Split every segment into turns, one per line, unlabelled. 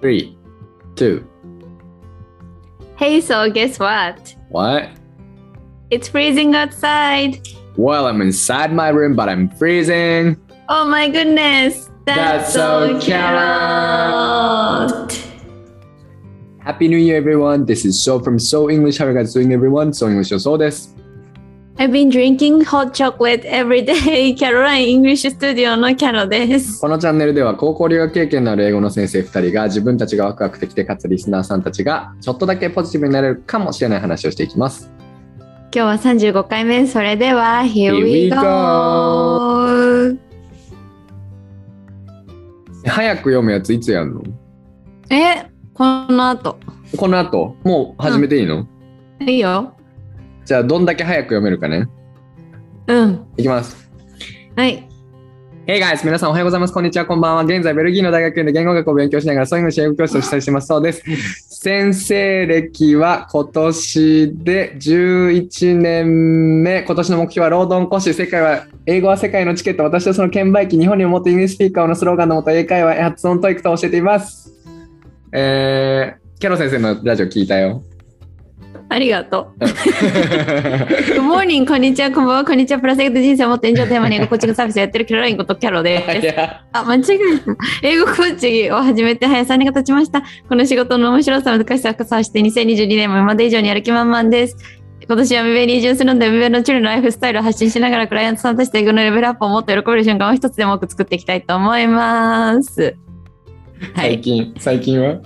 Three, two,
Hey, so guess what?
what?
It's freezing outside.
Well, I'm inside my room, but I'm freezing.
Oh my goodness.
That's so
carrot.
Happy New Year, everyone. This is So from So English. How are you guys doing, everyone? So English のそうです。
I've been drinking hot chocolate every day. キャロライン English Studio のキャロです。
このチャンネルでは高校留学経験のある英語の先生2人が自分たちがワクワクできてかつリスナーさんたちがちょっとだけポジティブになれるかもしれない話をしていきます。
今日は35回目。それでは、Here
Here
we
we
go!
早く読むやついつやるの
え、この後。
この後、もう始めていいの、
いいよ。
じゃあどんだけ早く読めるかね。
うん。
いきます。
はい。
Hey guys! 皆さんおはようございます。こんにちは。こんばんは。現在、ベルギーの大学院で言語学を勉強しながら、そういうの英語教室を主催してます。そうです。先生歴は今年で11年目。今年の目標はロードン講師。世界は、英語は世界のチケット。私はその券売機。日本にも持ってイングリッシュスピーカーのスローガンのもと、英会話、発音トイックと教えています。えー、キャロ先生のラジオ聞いた よ。
ありがと う。Good morning! こんにちは。こんばんは。こんにちは。プラスエクト人生をもっと炎上テーマに英語コーチングサービスをやってるキャロラインことキャロで
い
す。
や
あ、間違えた。英語コーチを始めて早3年が経ちました。この仕事の面白さ、難しさを加算して2022年も今まで以上にやる気満々です。今年は海辺に移住するので、海辺のチルのライフスタイルを発信しながら、クライアントさんとして英語のレベルアップをもっと喜べる瞬間を一つでも多く作っていきたいと思います。は
最
い。
近、最近は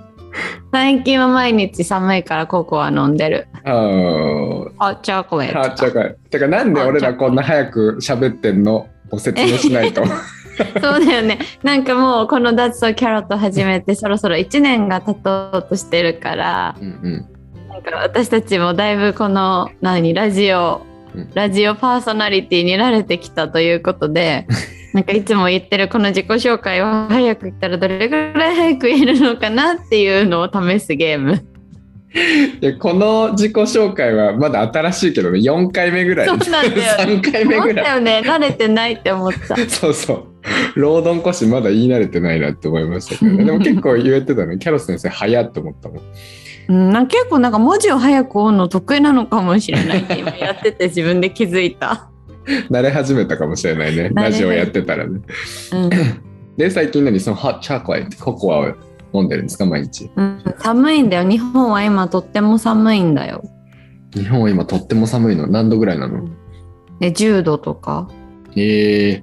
最近は毎日寒いからココア飲んでる。
あー
あ、チョコレート。
ハーチョコてかなんで俺らこんな早く喋ってんのを説明しないと
そうだよね。なんかもうこの脱走キャロット始めてそろそろ1年が経とうとしてるから、
うん
なんか私たちもだいぶこの何ラジオ
うん
ラジオパーソナリティに慣れてきたということ でなんかいつも言ってるこの自己紹介は早く言ったらどれぐらい早く言えるのかなっていうのを試すゲーム。
うんでこの自己紹介はまだ新しいけどね4回目ぐらい
そうなん だよ
3回目
思
ぐ
った
らい
よね慣れてないって思った。
そうそう労働講師まだ言い慣れてないなって思いましたけ どねでも結構言えてたねキャロス先生早っと思ったもん
うん、なんか結構なんか文字を早く追うの得意なのかもしれないって今やってて自分で気づいた。
慣れ始めたかもしれないね
慣れ
ラジオやってたらね
うん
で最近何そのハーチョコレートココアを飲んでるんですか毎日
うん、寒いんだよ日本は今とっても寒いんだよ、
日本は今とっても寒いの何度ぐらいなの
ね、10度とか
ええ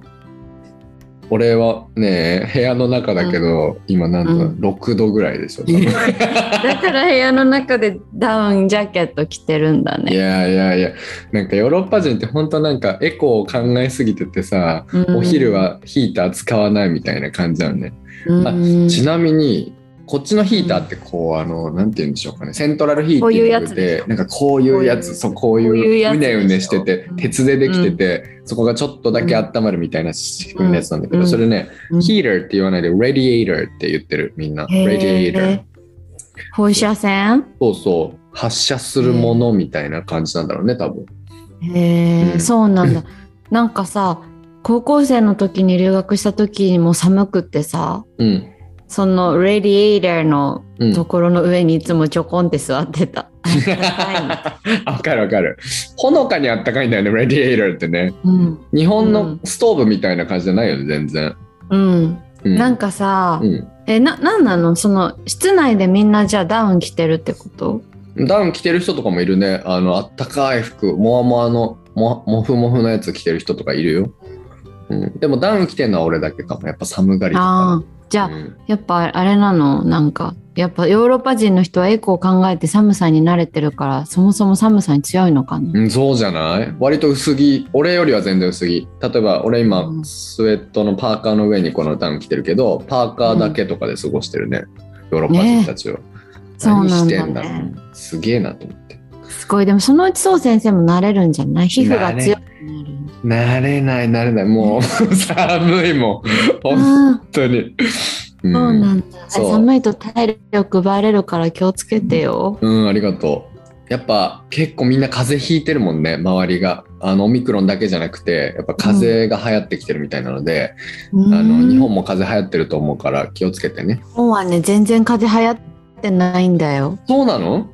俺はね部屋の中だけど、今なんと
うん
6度ぐらいでしょ、多分
だから部屋の中でダウンジャケット着てるんだ
い
ね、
やいやいやなんかヨーロッパ人って本当なんかエコを考えすぎててさ
うん
お昼、はヒーター使わないみたいな感じなのね、
うん
あちなみにこっちのヒーターってこうあのなんて言うんでしょうかねセントラルヒーテ
こういう
ィ
や
ング
つ
で
で
なんかこういうや
こうい
つ
う
そうこう
こういう
い
や
う
つ
うねうねしてて
でしょ
鉄でできてて、そこがちょっとだけ温まるみたいな仕組みのやつなんだけど、
うん
それね
うん
ヒーターって言わないで、レディエーターって言ってる、みんな。
へー
レディエーター。
放射線
そうそう。発射するものみたいな感じなんだろうね、多分。
へえ、
うん
そうなんだなんかさ高校生の時に留学した時にも寒くってさ
うん。
そのレディエーターの
うん。
ところの上にいつもちょこんって座って た。
あわかるわかる。ほのかにあったかいんだよね、レディエーターってね。
うん、
日本
う
の
ん
ストーブみたいな感じじゃないよね、全然。
うん、
う
なんかさ、
うん
えななんなのその室内でみんなじゃあダウン着てるってこと
ダウン着てる人とかもいるね。あの、あったかい服、もわもわの、ももふもふのやつ着てる人とかいるよ。うん、でもダウン着てんのは俺だけかも。やっぱ寒がりと
あ
か
あ。じゃあ、
うん
やっぱあれなのなんかやっぱヨーロッパ人の人はエコを考えて寒さに慣れてるからそもそも寒さに強いのかな、
うん、そうじゃない割と薄着俺よりは全然薄着例えば俺今
うん
スウェットのパーカーの上にこのダウン着てるけどパーカーだけとかで過ごしてるね、ヨーロッパ人たちは、
そう
何
な
し
ん
て
だ
んだろう
ね
すげえなと思って
すごいでもそのうちそう先生も慣れるんじゃない皮膚が強くなる
慣れない慣れないもう 寒いもん本
ああ
当に、う
そうんなんだ、
そう
寒いと体力奪われるから気をつけてよ、
うん、ありがとうやっぱ結構みんな風邪ひいてるもんね周りがあのオミクロンだけじゃなくてやっぱ風邪が流行ってきてるみたいなので、あの日本も風邪流行ってると思うから気をつけてね
日本はね全然風邪流行ってないんだよ
そうなの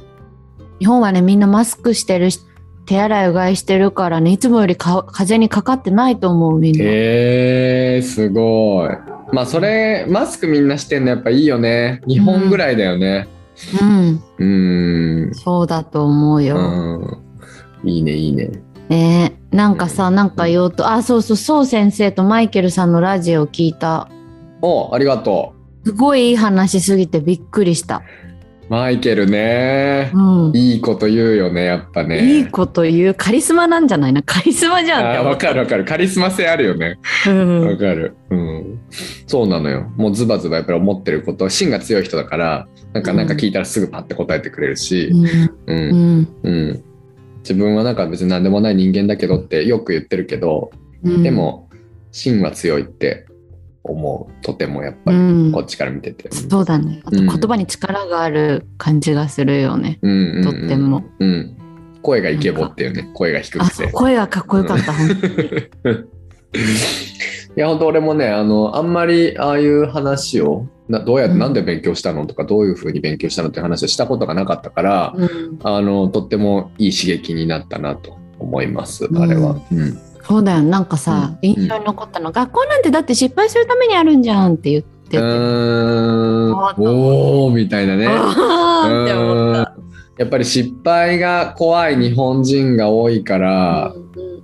日本はねみんなマスクしてるし手洗いうがいしてるからねいつもよりか風邪にかかってないと思うみんな、
へえー、すごいまあそれマスクみんなしてんのやっぱいいよね日本ぐらいだよね
うん
うーん
そうだと思うよ、
うんいいねいいね
ねえなんかさなんか言おうとあそうそうそう先生とマイケルさんのラジオ聞いた
おありがと
すごいいい話すぎてびっくりした、
うマイケルね
うん、
いいこと言うよねやっぱね
いいこと言うカリスマなんじゃないなカリスマじゃんって
あーわかるわかるカリスマ性あるよね
うん
わかる、うん、そうなのよもうズバズバやっぱり思ってること芯が強い人だからなんか
うん
なんか聞いたらすぐパッて答えてくれるし、
う
うん
んうん
うん自分はなんか別に何でもない人間だけどってよく言ってるけど、
うん
でも芯は強いって思うとてもやっぱ
う
り、
ん
こっちから見てて。
そうだねあと
うん
言葉に力がある感じがするよね、
うんうんうん
とっても、
うん、声がイケボっていうね声が低
あ
く
そう
て
声がかっこよかった、ほんとに
いや本当俺もねあのあんまりああいう話をなどうやっ
う
て
ん
なんで勉強したのとかどういうふうに勉強したのって話をしたことがなかったから、
うん
あのとってもいい刺激になったなと思います
うん
あれは。うん
そうだよなんかさ、
うん
印象に残ったの、学校なんてだって失敗するためにあるんじゃんって言って
う
て、
ーん
あ
おーみたいなね。
あーって思っ
う
た
ーんやっぱり失敗が怖い日本人が多いから、
う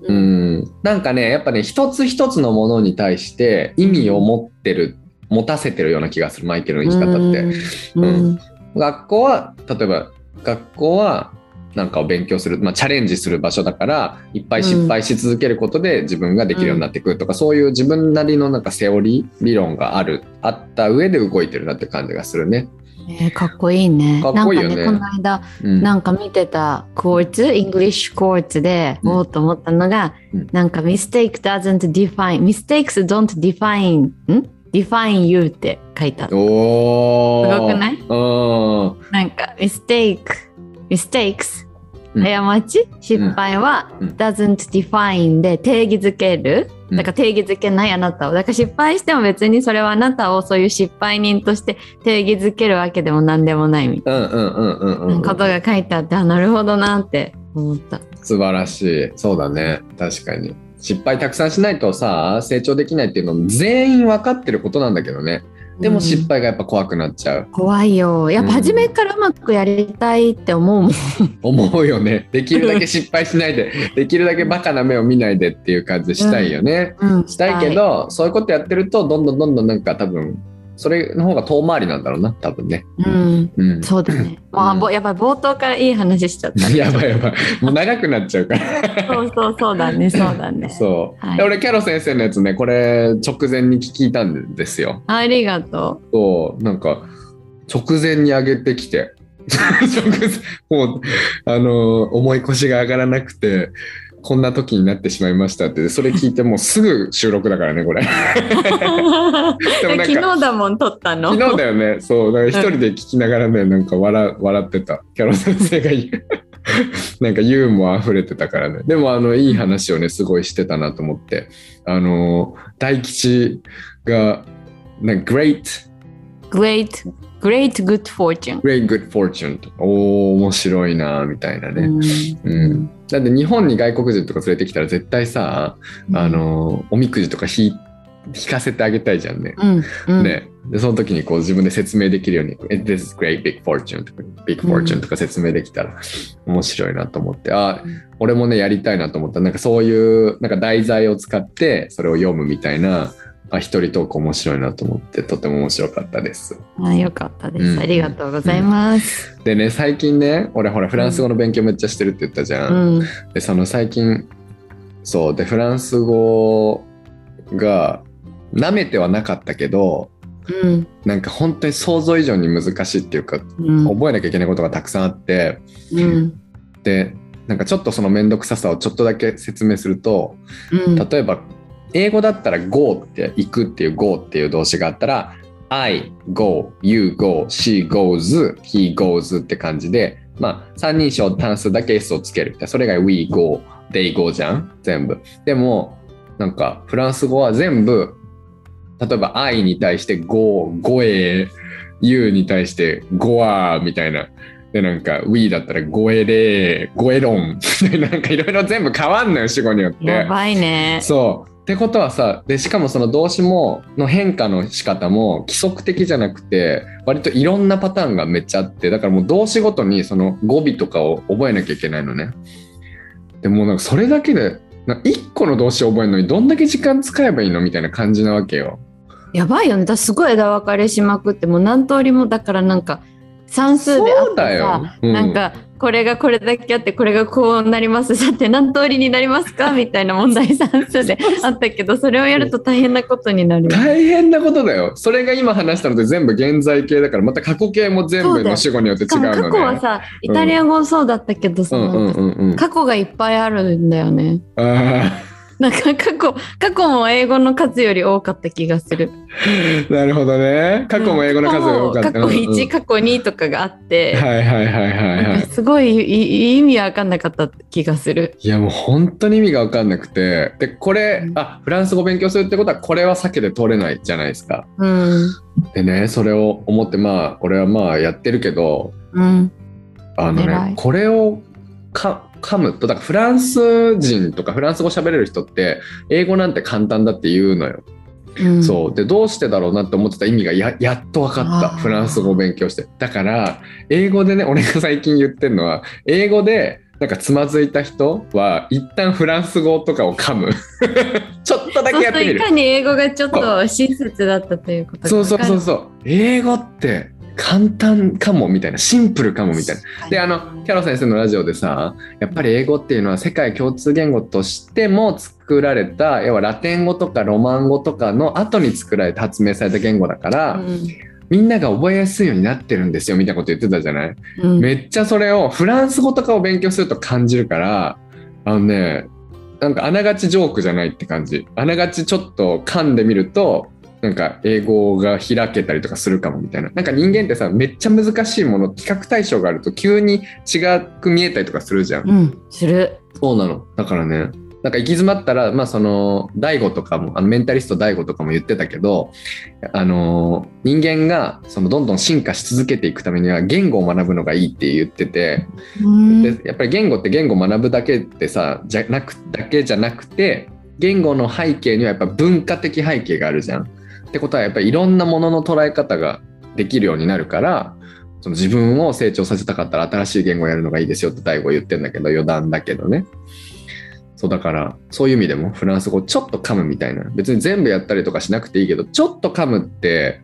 うんん、なんかねやっぱね一つ一つのものに対して意味を持ってる持たせてるような気がするマイケルの生き方って。
うん
う
うん
学校は例えば学校はなんかを勉強する、まあ、チャレンジする場所だからいっぱい失敗し続けることで自分ができるようになっていくとか、そういう自分なりのなんかセオリー理論があるあった上で動いてるなって感じがするね。
えーかっこいいね
かっこいいよ
なん
ね
かねこの間
うん、
なんか見てたコーツ、イングリッシュコーツで、
うん
おおと思ったのが、
うん
なんか mistake doesn't define, mistakes don't define, ん define you って書いてあった。
おー
すごくない
うん
なんか mistake, mistakes、
うん
過ち失敗は、
うん
doesn't define で定義づける。
うん
だから定義づけないあなたを。だから失敗しても別にそれはあなたをそういう失敗人として定義づけるわけでも何でもないみたい
うんうんうんうんうんう
なんことが書いてあって、あ、なるほどなって思った。
素晴らしいそうだね確かに失敗たくさんしないとさ成長できないっていうのも全員分かってることなんだけどねで
う
も
ん
失敗がやっぱ怖くなっちゃう、
怖いよやっぱ
うん
初めからうまくやりたいって思うもん、
思うよねできるだけ失敗しない でできるだけバカな目を見ないでっていう感じしたいよね、
うん、
したいけど、そういうことやってるとどんどんどんどんなんか多分それの方が遠回りなんだろうな多分ね
うん
うん
そうだね、まあぼやっぱり冒頭からいい話しちゃった
やばいやばいもう長くなっちゃうから
そうそうそう だねそうだね
そう、
はい
で俺キャロ先生のやつねこれ直前に聞いたんですよ
あり がと
そうなんか直前に上げてきて 直前もうあの重い腰が上がらなくてこんな時になってしまいましたってそれ聞いてもうすぐ収録だからねこ れ
う
でもなんか
昨日だもん撮ったの
昨日だよねそうだから一人で聞きながらねなんか笑笑ってたキャロ先生が言う なんかユーモア溢れてたからねでもあのいい話をねすごいしてたなと思ってあの大吉がなんか Great
Great Great Good Fortune、
Great Good Fortune とかおー面白いなみたいなね、
う
うんだって日本に外国人とか連れてきたら絶対さ、あのおみくじとか引引かせてあげたいじゃんね。
うんうん、
ね、でその時にこう自分で説明できるように「This is great big fortune」とか「big fortune」とか説明できたら面白いなと思ってあ俺もねやりたいなと思ったなんかそういうなんか題材を使ってそれを読むみたいなあ一人トーク面白いなと思ってとても面白かったです。
あよかったです、
うん
ありがとうございます、
でね最近ね俺ほらフランス語の勉強めっちゃしてるって言ったじゃ、
うんん
でその最近そうでフランス語がなめてはなかったけど
うん
なんか本当に想像以上に難しいっていうか
うん
覚えなきゃいけないことがたくさんあって
うん
でなんかちょっとその面倒くささをちょっとだけ説明すると
うん
例えば英語だったら go って行くっていう go っていう動詞があったら I go, you go, she goes, he goes って感じでまあ、三人称単数だけ S をつけるみたいなそれ以外 We go, they go じゃん全部でもなんかフランス語は全部例えば I に対して go, go え U に対して go あみたいなでなんか We だったら go えれー go えろんなんかいろいろ全部変わんのよ主語によって
やばいね。
そう。ってことはさでしかもその動詞もの変化の仕方も規則的じゃなくて割といろんなパターンがめっちゃあってだからもう動詞ごとにその語尾とかを覚えなきゃいけないのね。でもうなんかそれだけでなんか1個の動詞を覚えるのにどんだけ時間使えばいいのみたいな感じなわけよ。
やばいよね。だすごい枝分かれしまくって、もう何通りも、だからなんか、算数であ
そう
って
だよ
さ、、
うん
なんか、これがこれだけあって、これがこうなります。さて、何通りになりますかみたいな問題算数であったけど、それをやると大変なことになるよ。
大変なことだよそれが今話したので全部現在形だからまた過去形も全
そう
部
だよ
の主語によって違
しか
う
も
の
過
ね。
去はさ、イタリア語そうだったけどさ、
うんう
なんんか
うんうん、
過去がいっぱいあるんだよね。
あ
なんか過去、過去も英語の数より多かった気がする。
ーなるほどね過去も英語の数が多かった。
過去
うんうん
1、過去2とかがあって、
はいはいはいはいは
なん
い
か。すごいいい意味わかんなかった気がする。
いやもう本当に意味が分かんなくてでこれ
うん
あフランス語勉強するってことはこれは避けて通れないじゃないですか。
うん。
でねそれを思ってまあ俺はまあやってるけど
うん。
あの
偉い
ねこれをか噛むとだからフランス人とかフランス語喋れる人って英語なんて簡単だって言うのよ。
うん、
そうでどうしてだろうなって思ってた意味がややっと分かった
あー
フランス語を勉強してだから英語でね俺が最近言ってるのは英語でなんかつまずいた人は一旦フランス語とかを噛む ちょっとだ
そう
けや
する
って
と
み
い
る
かに英語がちょっと親切だったということが
そうそうそう
わか
そう英語って簡単かもみたいなシンプルかも
る
みたいなであのキャロ先生のラジオでさやっぱり英語っていうのは世界共通言語としても作られた要はラテン語とかロマン語とかの後に作られて発明された言語だから、
う
みんなが覚えやすいようになってるんですよみたいなこと言ってたじゃない、
んうん
めっちゃそれをフランス語とかを勉強すると感じるからあのねなんかあながちジョークじゃないって感じあながちちょっと噛んでみるとなんか英語が開けたりとかするかもみたいななんか人間ってさめっちゃ難しいもの企画対象があると急に違く見えたりとかするじゃん、
うん、する。
そうなのだからねなんか行き詰まったら、まあ、その大悟とかもあのメンタリスト大悟とかも言ってたけど、あの人間がそのどんどん進化し続けていくためには言語を学ぶのがいいって言ってて、
うん
でやっぱり言語って言語を学ぶだけってさじゃなくだけじゃなくて言語の背景にはやっぱ文化的背景があるじゃん。ってことはやっぱりいろんなものの捉え方ができるようになるからその自分を成長させたかったら新しい言語をやるのがいいですよって大悟言ってんだけど余談だけどね。そうだからそういう意味でもフランス語ちょっと噛むみたいな別に全部やったりとかしなくていいけどちょっと噛むって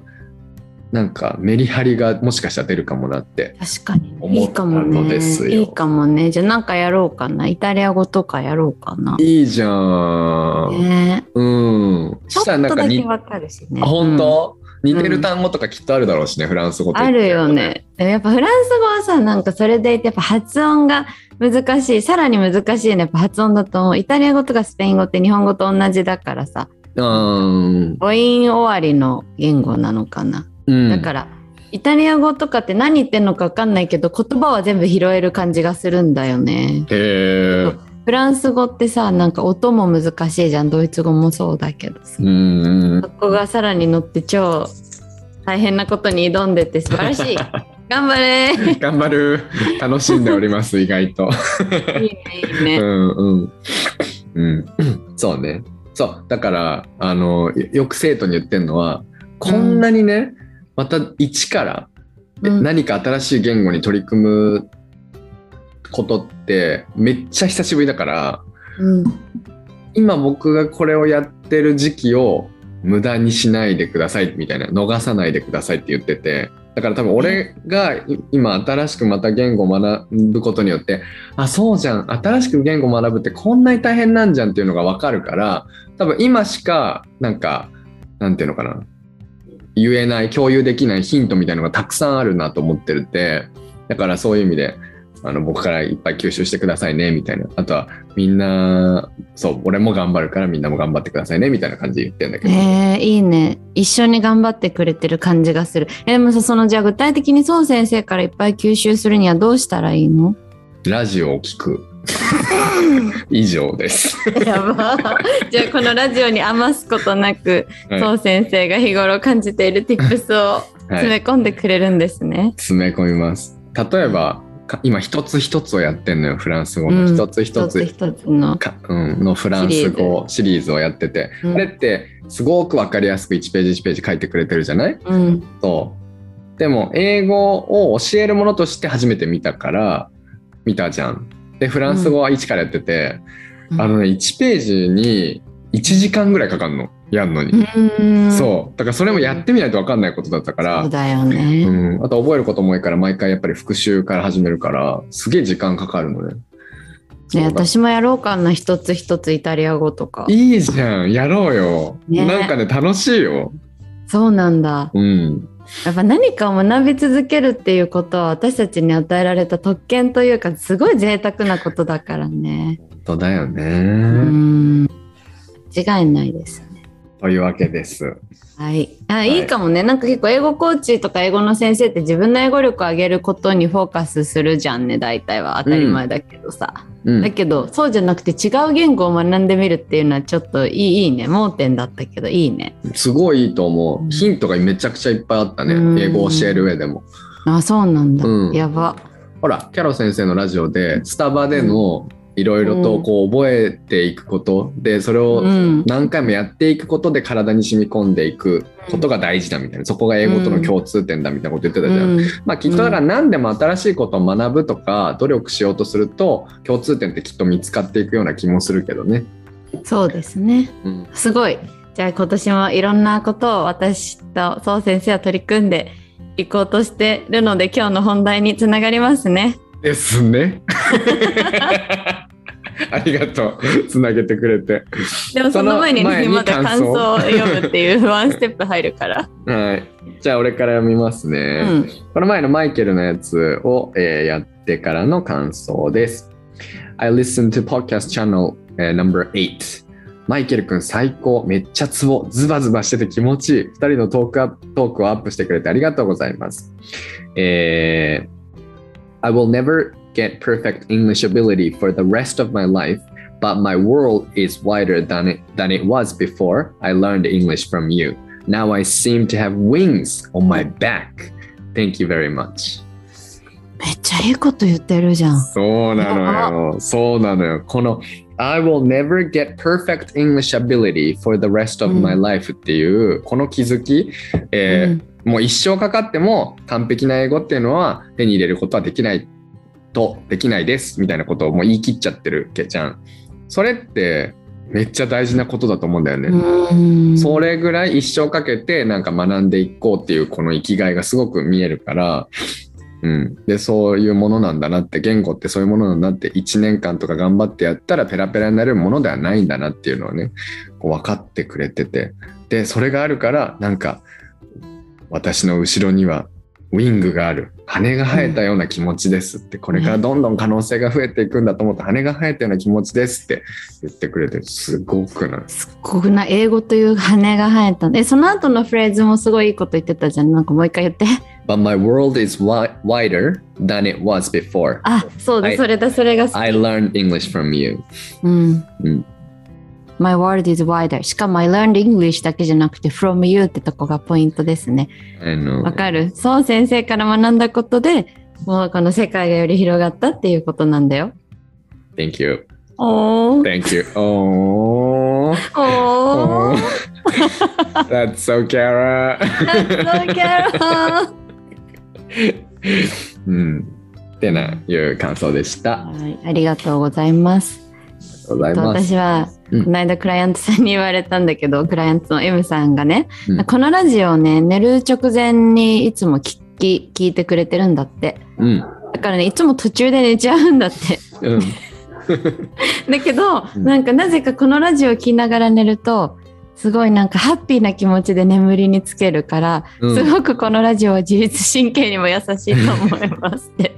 なんかメリハリがもしかしたら出るかもなって
確かに、ね。い
思
い
った
かも
の
ね。
ですよ
いいかもね。じゃあなんかやろうかな。イタリア語とかやろうかな。
いいじゃん。
ね
うん。
ちょっ
したらなん
と
か
だ
に
けわかるしね。
あ本当、
ん
似てる単語とかきっとあるだろうしね、フランス語と
あるよ。ね。でもやっぱフランス語はさ、なんかそれでいて、やっぱ発音が難しい、さらに難しいね、やっぱ発音だと思う。イタリア語とかスペイン語って日本語と同じだからさ、
うん。
母音終わりの言語なのかな。
うん、
だから、イタリア語とかって何言ってんのか分かんないけど、言葉は全部拾える感じがするんだよね。
ら。へえ。
フランス語ってさ、なんか音も難しいじゃん。ドイツ語もそうだけどさ。
うん。
そこがさらに乗って超大変なことに挑んでて素晴ら しい。頑張れ
頑張る。楽しんでおります、意外と。
いいね、い いね
う。んうん。うん。そうね。そう。だから、あの、よよく生徒に言ってるのは、こんなにね、また一から、で
うん
何か新しい言語に取り組むことって、めっちゃ久しぶりだから、
うん、
今僕がこれをやってる時期を無駄にしないでくださいみたいな逃さないでくださいって言っててだから多分俺がい今新しくまた言語を学ぶことによってあそうじゃん新しく言語を学ぶってこんなに大変なんじゃんっていうのが分かるから多分今しかなんかなんていうのかな言えない共有できないヒントみたいなのがたくさんあるなと思ってるってだからそういう意味であの僕からいっぱい吸収してくださいねみたいなあとはみんなそう俺も頑張るからみんなも頑張ってくださいねみたいな感じで言ってんだけど、
えー、いいね。一緒に頑張ってくれてる感じがする。えでもさ、そのじゃあ具体的に孫先生からいっぱい吸収するにはどうしたらいい の
ラジオを聞 く以上です、
やば。 じゃあこのラジオに余すことなく、
はい
孫先生が日頃感じている tips を
はい
詰め込んでくれるんですね。
詰め込みます例えばか今一つ一つをやってんのよフランス語の
うん
一つ一
一
つ
つ一つの。
か、うん、のフランス語シリーズをやってて、
う
あれ
ん
ってすごく分かりやすく1ページ1ページ書いてくれてるじゃない
うん。
そうでも英語を教えるものとして初めて見たから見たじゃん。でフランス語は1からやってて、
うん
あのね1ページに1時間ぐらいかかるのやんのに。
うん。
そうだからそれもやってみないと分かんないことだったから。
そうだよね。
うん、あと覚えることも多いから毎回やっぱり復習から始めるからすげえ時間かかるのね。
ね、
そうだ
私もやろうかな一つ一つイタリア語とか
いいじゃんやろうよ、
ね
なんかね楽しいよ。
そうなんだ
うん、
やっぱ何かを学び続けるっていうことは私たちに与えられた特権というかすごい贅沢なことだからね
本当だよね、
うん間違いないですね
というわけです。
はいあ、
い
い、いかもねなんか結構英語コーチとか英語の先生って自分の英語力を上げることにフォーカスするじゃんね大体は当たり前だけどさ、
うん
だけどそうじゃなくて違う言語を学んでみるっていうのはちょっといいいいね盲点だったけどいいね
すごいいいと思
う
う。
ん
ヒントがめちゃくちゃいっぱいあったね
う。ん
英語を教える上でも。
あそうなんだ、
うん
やば
ほら、キャロ先生のラジオで、スタバでのいろいろとこう覚えていくことで、それを
うん
何回もやっていくことで体に染み込んでいくことが大事だみたいな。そこが英語との共通点だみたいなこと言ってたじゃん。
うん
まあきっとだから何でも新しいことを学ぶとか努力しようとすると共通点ってきっと見つかっていくような気もするけどね。
そうですね
うん、
すごいじゃあ今年もいろんなことを私と宋先生は取り組んでいこうとしてるので今日の本題につながりますね
ですね。 ありがとう。つなげてくれて。
でもその前に,、
その前に
まだ感想を読むっていうワンステップ入るから
はい。じゃあ俺から読みます
う
ね。
ん
この前のマイケルのやつを、えーやってからの感想です。I listen to podcast channel、number uh, 8. マイケルくん最高。めっちゃツボ。ズバズバしてて気持ちいい。二人のトークアップトークをアップしてくれてありがとうございます。えー I will never get perfect English ability for the rest of my life, but my world is wider than it, than it was before I learned English from you. Now I seem to have wings on my back. Thank you very much.
めっちゃいいこと言ってるじゃん
そうなのよ。そうなのよ。この I will never get perfect English ability for the rest of my
う
life っていう、この気づき、えーもう一生かかっても完璧な英語っていうのは手に入れることはできないとできないですみたいなことをもう言い切っちゃってるけちゃんそれってめっちゃ大事なことだと思うんだよね、
うんうん
それぐらい一生かけてなんか学んでいこうっていうこの生きがいがすごく見えるから、うん、でそういうものなんだなって言語ってそういうものなんだなって1年間とか頑張ってやったらペラペラになれるものではないんだなっていうのをねこう分かってくれててでそれがあるからなんか私の後ろにはウィングがある羽が生えたような気持ちですって、これからどんどん可能性が増えていくんだと思って羽が生えたような気持ちですって言ってくれてすごくない
すっごくない英語という羽が生えたでその後のフレーズもすごいいいこと言ってたじゃんなんかもう一回言って
But my world is wi- wider than it was before.
あそうだ、
はい
それだそれが好き
I learned English from you.
うん
うん。
My world is wider. しかも I learned English だけじゃなくて from you ってとこがポイントですね。
あの
わかるそう先生から学んだことでもうこの世界がより広がったっていうことなんだよ。
Thank you.
おー
Thank you. Oh.
おー
That's so Kara.
そうキャロン
うん。ってないう感想でした。あ
はいありがとうございます。
りがとうございます。
私は
うん
この間クライアントさんに言われたんだけど、クライアントの M さんがね、
うん
このラジオをね寝る直前にいつも聞き聞いてくれてるんだって
うん。
だからねいつも途中で寝ちゃうん だって
うん。
だけど、
うん
なんかなぜかこのラジオを聞きながら寝るとすごいなんかハッピーな気持ちで眠りにつけるから、
うん
すごくこのラジオは自律神経にも優しいと思いますって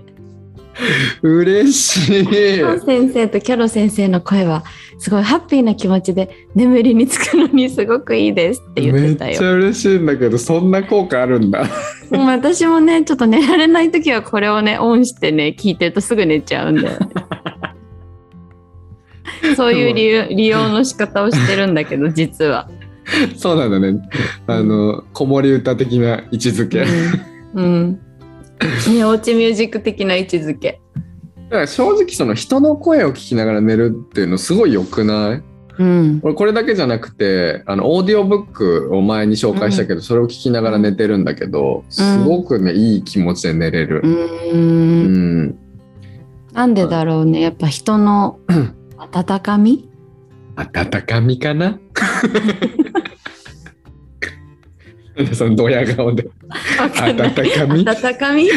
嬉し い。
ン先生とキャロ先生の声はすごいハッピーな気持ちで眠りにつくのにすごくいいですって言ってた
めっ
よ
ち。ゃ嬉しいんだけど、そんな効果あるんだ。
もう私もねちょっと寝られない時はこれをねオンしてね聞いてるとすぐ寝ちゃうん だよね。そういう理由利用の仕方をしてるんだけ ど実は。
そうなんだね。あの、子守歌的な位置づけ。だ
うん、うん、寝落ちミュージック的な位置づけ。
から正直その人の声を聞きながら寝るっていうのすごい良くない
うん、
俺これだけじゃなくてあのオーディオブックを前に紹介したけど、それを聞きながら寝てるんだけどすごくね、いい気持ちで寝れ
う、
る、うん
なんでだろうねやっぱ人の温かみ
温かみかななんだそのドヤ顔で
わかんな い
温かみ
温 かみ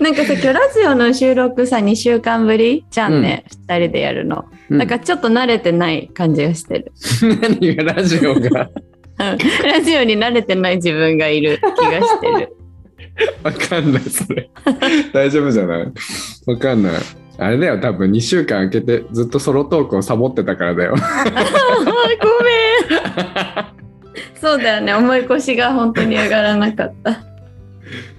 なんかさ今日ラジオの収録さ2週間ぶりじゃんね、2人でやるのなんかちょっと慣れてない感じがしてる、
うん何がラジオ が
うん、ラジオに慣れてない自分がいる気がして る
わかんないそれ大丈夫じゃないわかんないあれだよ多分2週間空けてずっとソロトークをサボってたからだよ
あーごめんそうだよね思い越しが本当に上がらなかった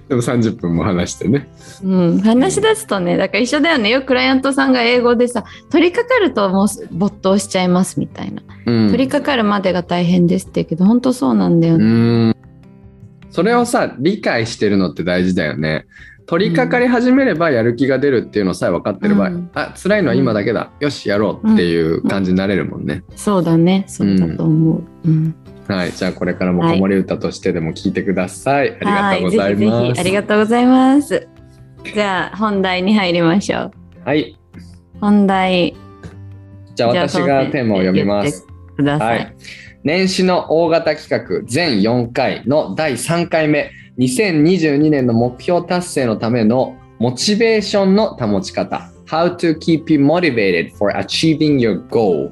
でも30分も話してね
うん話し出すとねだから一緒だよねよくクライアントさんが英語でさ取り掛かるともう没頭しちゃいますみたいな
うん
取り掛かるまでが大変ですって言うけど本当そうなんだよ
う
ね、
ーんそれをさ理解してるのって大事だよね取り掛かり始めればやる気が出るっていうのさえ分かってれば、
うん
あ辛いのは今だけだ、よしやろうっていう感じになれるもんね、
そうだねそうだと思う、うん
はいじゃあこれからも子守歌としてでも聞いてください、ありがとうございます
はぜひぜひありがとうございます。じゃあ本題に入りましょう。
はい
本題
じゃあ私がテーマを読みます
くださ。
はいい、年始の大型企画全4回の第3回目2022年の目標達成のためのモチベーションの保ち方 How to keep you motivated for achieving your goal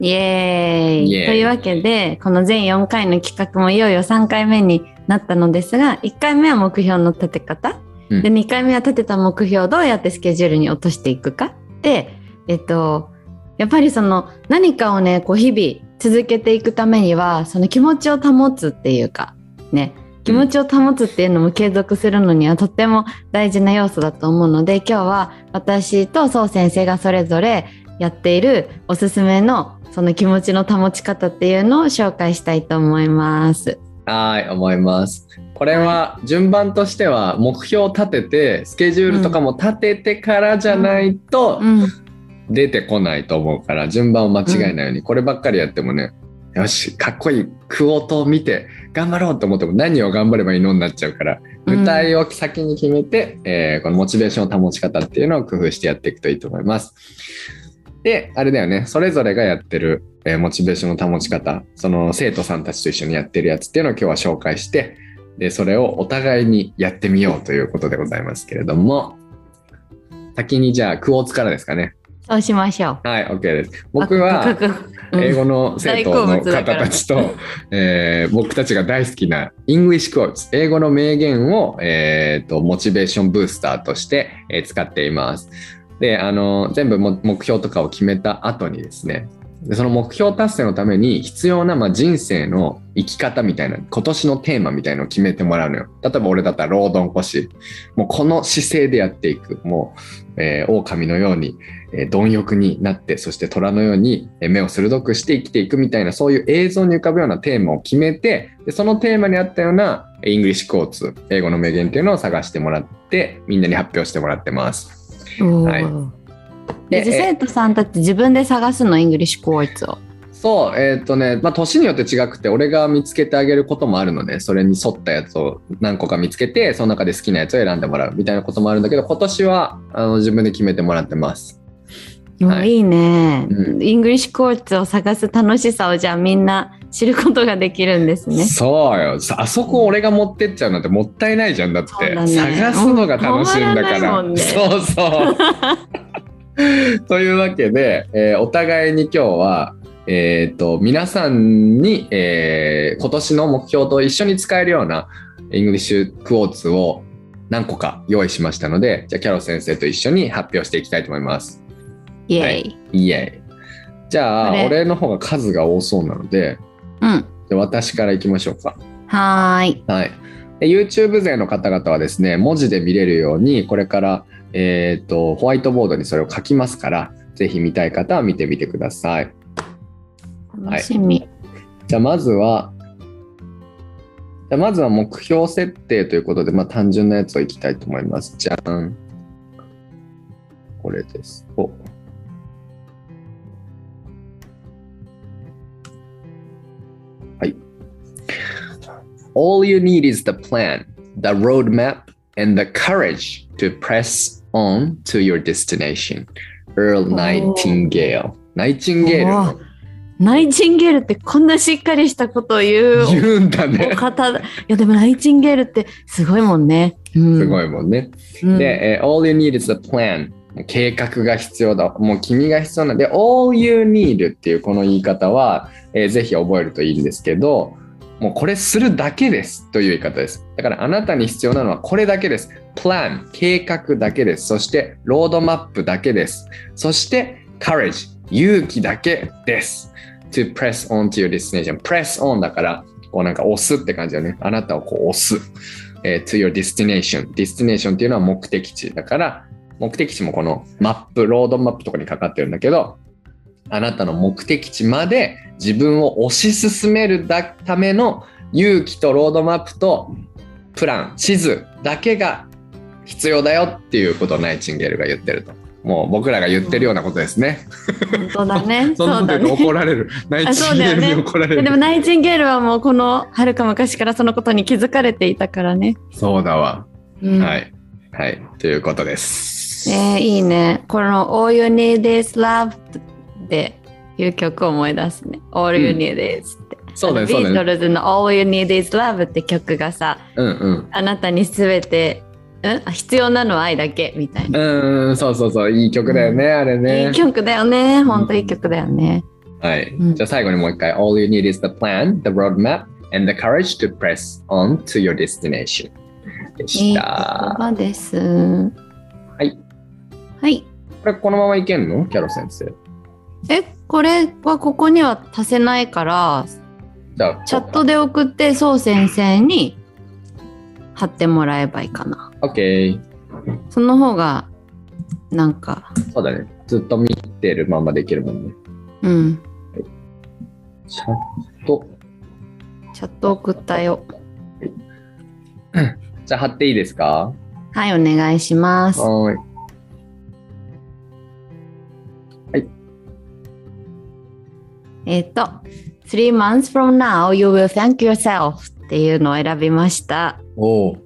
イエーイ
イエーイ
というわけでこの全4回の企画もいよいよ3回目になったのですが1回目は目標の立て方、
うん
で2回目は立てた目標をどうやってスケジュールに落としていくかでえっとやっぱりその何かをねこう日々続けていくためにはその気持ちを保つっていうかね気持ちを保つっていうのも継続するのにはとっても大事な要素だと思うので今日は私とそう先生がそれぞれやっているおすすめのその気持ちの保ち方っていうのを紹介したいと思います。
はい思いますこれは順番としては目標を立ててスケジュールとかも立ててからじゃないと
うん、
出てこないと思うから順番を間違えないようにこればっかりやってもねよしかっこいいクオートを見て頑張ろうと思っても何を頑張ればいいのになっちゃうから具体を先に決めて、えーこのモチベーションの保ち方っていうのを工夫してやっていくといいと思います。で、あれだよね、それぞれがやってる、えーモチベーションの保ち方、その生徒さんたちと一緒にやってるやつっていうのを今日は紹介して、で、それをお互いにやってみようということでございますけれども、先にじゃあ、クオーツからですかね。
そうしましょう。
はい、OK です。僕は、
あかかうん
英語の生徒の方たち
大好
と、 えー僕たちが大好きな English quotes 英語の名言を、えーとモチベーションブースターとして、えー使っています。であの全部も目標とかを決めた後にですねでその目標達成のために必要な、まあ、人生の生き方みたいな今年のテーマみたいのを決めてもらうのよ例えば俺だったら労働こしもうこの姿勢でやっていくもう、えー、狼のようにえー貪欲になってそして虎のようにえー目を鋭くして生きていくみたいなそういう映像に浮かぶようなテーマを決めてでそのテーマに合ったようなえーイングリッシュコーツ英語の名言っていうのを探してもらってみんなに発表してもらってます。
お
はい
ーで
でえ
生徒さんたち自分で探すのイングリッシュコーツを。
そう、えっ、とね、まあ、年によって違くて、俺が見つけてあげることもあるので、それに沿ったやつを何個か見つけて、その中で好きなやつを選んでもらうみたいなこともあるんだけど、今年はあの自分で決めてもらってます。はい
い、いいね、
う
イングリッシュコーツを探す楽しさをじゃあみんな知ることができるんですね。
そうよ、さあそこ俺が持ってっちゃうなんてもったいないじゃんだって、
そうだね
探すのが楽しいんだか
もう止まらない
ら。
もんね
そう そう。というわけで、えーお互いに今日は、えー、と皆さんに、えー今年の目標と一緒に使えるようなイングリッシュクォーツを何個か用意しましたので、じゃあキャロ先生と一緒に発表していきたいと思います。
イエーイ、
イエイ。じゃあ
あれ
俺の方が数が多そうなので、じゃあ私から行きましょうか。
うんはーい
はい、で YouTube 勢の方々はですね文字で見れるようにこれから、えー、とホワイトボードにそれを書きますからぜひ見たい方は見てみてください
楽しみ、
じゃあまずはじゃあまずは目標設定ということで、まあ、単純なやつをいきたいと思いますじゃんこれですおはい。All you need is the plan, the roadmap, and the courage to press on to your destination. Earl Nightingale. ナイチンゲールの
ナイチンゲールってこんなしっかりしたことを言う
言うんだね
お。方だいやでもナイチンゲールってすごいもんね、うん、
すご
い、
いもんね。
うん、
で、えー all you need is a plan。計画が必要だ。もう君が必要なんで、all you need っていうこの言い方は、えーぜひ覚えるといいんですけど、もうこれするだけですという言い方です。だからあなたに必要なのはこれだけです。plan、計画だけです。そして、ロードマップだけです。そして、courage、勇気だけです。to press on to your destination。press on だから、こうなんか押すって感じだよね。あなたをこう押す。えー to your destination。destination っていうのは目的地だから、目的地もこのマップ、ロードマップとかにかかってるんだけど、あなたの目的地まで自分を推し進めるだための勇気とロードマップとプラン、地図だけが必要だよっていうことをナイチンゲールが言ってると。もう僕らが言ってるようなことですね。
本当だ ね
そんな
そう
こと
だ
言うと
ね
怒られる。ナイチンゲールに怒られ
で
る。
もナイチンゲールはもうこのはるか昔からそのことに気づかれていたからね、
そうだわ。
うん
はい。はい。ということです。
えーいいね。この All You Need Is Love っていう曲を思い出すね。All You Need Is って。
そうだね、
ビ
そうだ
ート
ね。
ルズの All You Need Is Love って曲がさ、
うんうん。
あなたにすべて、ん必要なのは愛だけみたいな。
うん、そうそうそう、いい曲だよね、あれね。
いい曲だよね。ほんといい曲だよね。
はい。
うん
じゃあ最後にもう一回、All you need is the plan, the roadmap, and the courage to press on to your destination. で
い
し
い言
た。。
葉です。はいはい。
これこのままいけんのキャロ先生。
え、これはここには足せないから、
じゃあ、
チャットで送って、そう先生に貼ってもらえばいいかな。
OK。
その方がなんか
そうだね。ずっと見てるままでいけるもんね。
うん
チャット。
チャット送ったよ
じゃあ貼っていいですか
はいお願いします
はーい。
えっ、と「3 months from now you will thank yourself」っていうのを選びました
おお。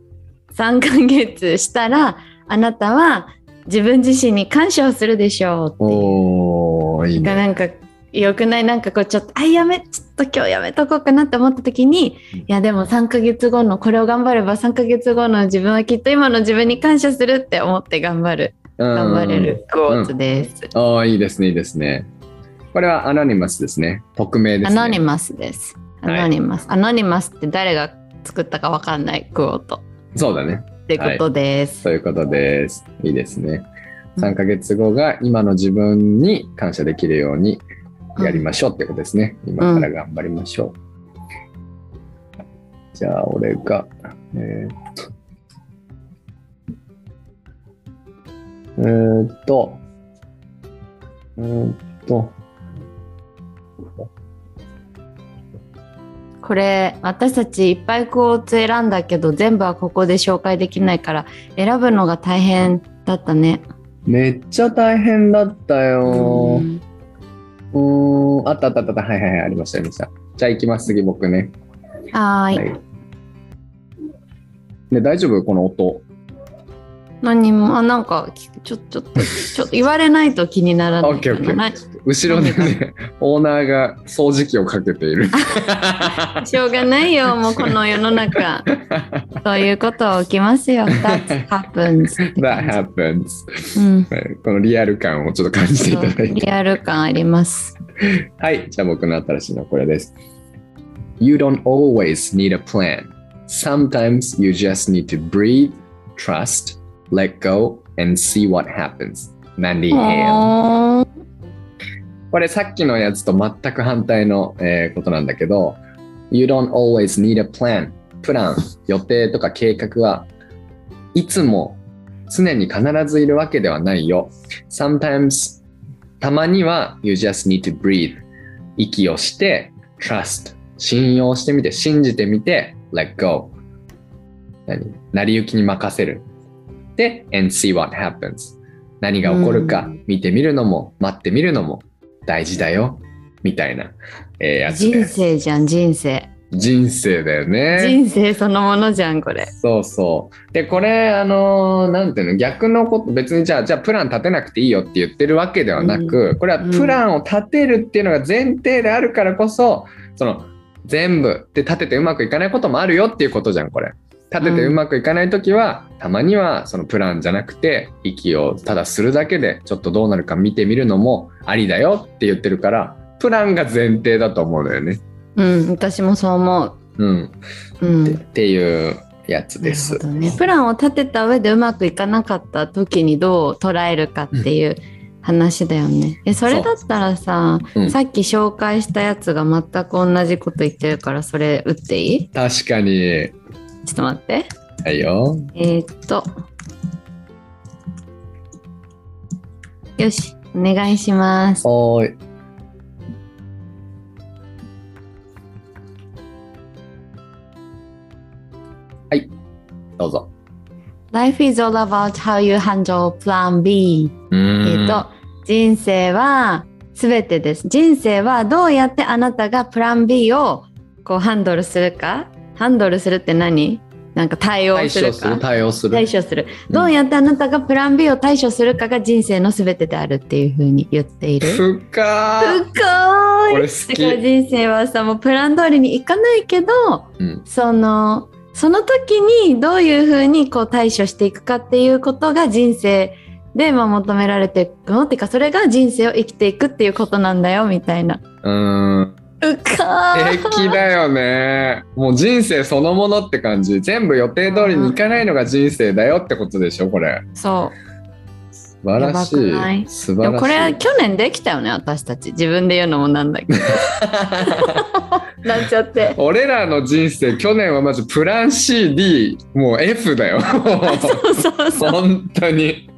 3ヶ月したらあなたは自分自身に感謝をするでしょうっていう
おお、いい
が
ね。
なんか良くないなんかこうちょっとあやめちょっと今日やめとこうかなって思った時に
うん
いやでも3ヶ月後のこれを頑張れば3ヶ月後の自分はきっと今の自分に感謝するって思って頑張る頑
頑
張れるクォーツです、
ああ、いいですね、いいですね。これはアナニマスですね。匿名です
ア
ね。
ノニマスですア
はい
ノニマス、アノニマスって誰が作ったかわかんないクォート
そうだね。
ってことです、
ということです。いいですね。3ヶ月後が今の自分に感謝できるようにやりましょうってことですね。今から頑張りましょう。じゃあ、俺が、えーっと。えーっと。えーっと。
これ私たちいっぱいクォーツ選んだけど全部はここで紹介できないから選ぶのが大変だったね
めっちゃ大変だったよ
う。ん
うーん。あったあったあった。はいはいはい。ありました、ありました。じゃあ、行きます。次、僕ね。
はーい、
はい。ね、大丈夫この音。
何もあなんか聞くちょちょっとちょっと言われないと気にならない
オ
か
ッケーオッケー
な
後ろでね、オーナーが掃除機をかけている。
なしょうがないよもうこの世の中そういうこと起きますよ That happens っ て
That
感
happens.
じ、うん
はいこのリアル感をちょっと感じていただいて。
リアル感あります。
はい、じゃあ僕の新しいのはこれです。You don't always need a plan. Sometimes you just need to breathe, trust, let go, and see what happens. 何
ほー
これさっきのやつと全く反対の、えーことなんだけど、You don't always need a plan. プラン、予定とか計画はいつも常に必ずいるわけではないよ。Sometimes たまには You just need to breathe. 息をして、Trust. 信用してみて、信じてみて、Let go. 何成り行きに任せる。で、And see what happens. 何が起こる
う
か見てみるのも待ってみるのも大事だよみたいな、えーやつ
人
です
生じゃん人生
人生だよね
人生そのものじゃんこれ
そうそうでこれあのーなんていうの逆のこと別にじゃあじゃあプラン立てなくていいよって言ってるわけではなく、これはプランを立てるっていうのが前提であるからこそその全部で立ててうまくいかないこともあるよっていうことじゃんこれ立ててうまくいかない時は、たまにはそのプランじゃなくて息をただするだけでちょっとどうなるか見てみるのもありだよって言ってるからプランが前提だと思うのよね
うん私もそう思
うん、
ううん
ってっていうやつです
なるほどね、プランを立てた上でうまくいかなかった時にどう捉えるかっていう話だよね。えそれだったらさ、
うん
さっき紹介したやつが全く同じこと言ってるからそれ打っていい
確かに
ちょっと待って。
はいよ
えーっと。よし、お願いします。
おーいはいどうぞ
Life is all about how you handle plan B.
うーん
えっ、と、人生は全てです。人生はどうやってあなたがプラン B をこうハンドルするかハンドルするって何なんか対応
対
す
処
るか
する対応する
対処する。
うん
どうやってあなたがプラン B を対処するかが人生の全てであるっていうふうに言っている。す
深ー
ご
こ
い
れ好
だから
き、
人生はさもうプラン通りにいかないけど
うん、
そのその時にどういうふうにこう対処していくかっていうことが人生で、まあ、求められていくのっていうかそれが人生を生きていくっていうことなんだよみたいな。
うーん
うかー
素敵だよねもう人生そのものって感じ全部予定通りにいかないのが人生だよってことでしょこれ
そう
素晴らし
やばくない
い素
で
晴らし
も
い
これは去年できたよね私たち自分で言うのもなんだ けどなっちゃって
俺らの人生去年はまずプラン CD もう F だよ
そうそうそう、
本当に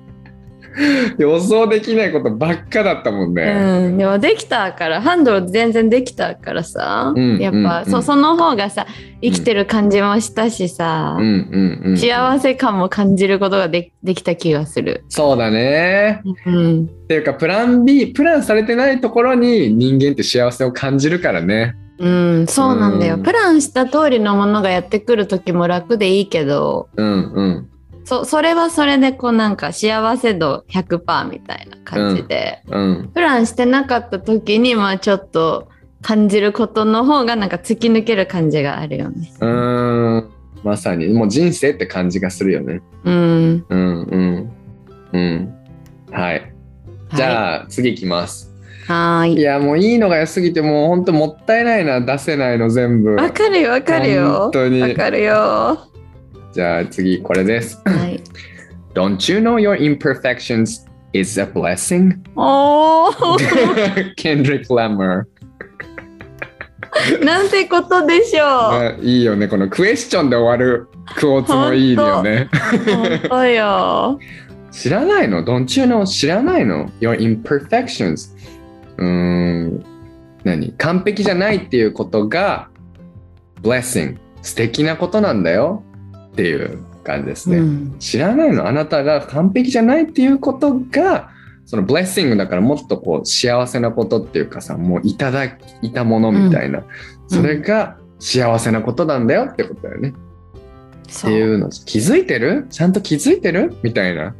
予想できないことばっかだったもんね、
うん、でもできたからハンドル全然できたからさ、
うん
やっ
うん
ぱ、
うん
そうその方がさ生きてる感じもしたしさ、
うん、うんうん
幸せ感も感じることがでできた気がする。
そうだね
うん、
っていうかプラン B プランされてないところに人間って幸せを感じるからね
うん、そうなんだよ。
うん
プランした通りのものがやってくる時も楽でいいけど、
うんうん
そそれはそれでこうなんか幸せ度100%みたいな感じで、
うん
プランしてなかった時にまあちょっと感じることの方がなんか突き抜ける感じがあるよね。
うーんまさにもう人生って感じがするよね
うん。
うんうんうんはいじ
あ、
ゃあ、次いきます
はいーい。
やもういいのが良すぎてもうほんともったいないな出せないの全部
わかるよ、わかるよ。
本当に
わかるよ。は
じゃあ次これです
い。
Don't you know your imperfections is a blessing?
おー。
Kendrick Lamar
なんてことでしょう。
あいいよねこのクエスチョンで終わるクォーツもいいよね
本当よ。
知らないの Don't you know 知らないの Your imperfections うーん何完璧じゃないっていうことが blessing 素敵なことなんだよっていう感じですね、
うん
知らないのあなたが完璧じゃないっていうことがそのブレッシングだからもっとこう幸せなことっていうかさもういただいたものみたいな、それが幸せなことなんだよってことだよね、っ
そ
ていううの気づいてるちゃんと気づいてるみたいな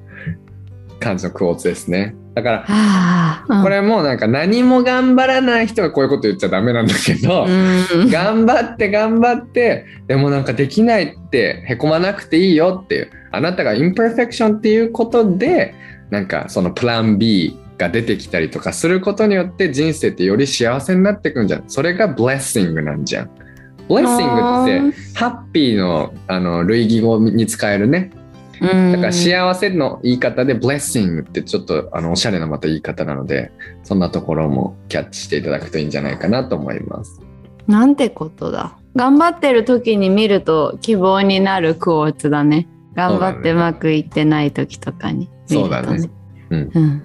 感じのクォーツですねだから
はあ、うん
これもうなんか何も頑張らない人がこういうこと言っちゃダメなんだけど、
うん
頑張って頑張ってでもなんかできないってへこまなくていいよっていうあなたがインパーフェクションっていうことでなんかそのプラン B が出てきたりとかすることによって人生ってより幸せになってくんじゃんそれがブレッシングなんじゃんブレッシングってハッピーのあの類義語に使えるね
うん
だから幸せの言い方で blessing ってちょっとあのおしゃれなまた言い方なのでそんなところもキャッチしていただくといいんじゃないかなと思います。
なんてことだ。頑張ってる時に見ると希望になるクォーツだね。頑張ってうまくいってない時とかに見ると、ね。
そうだね
うん。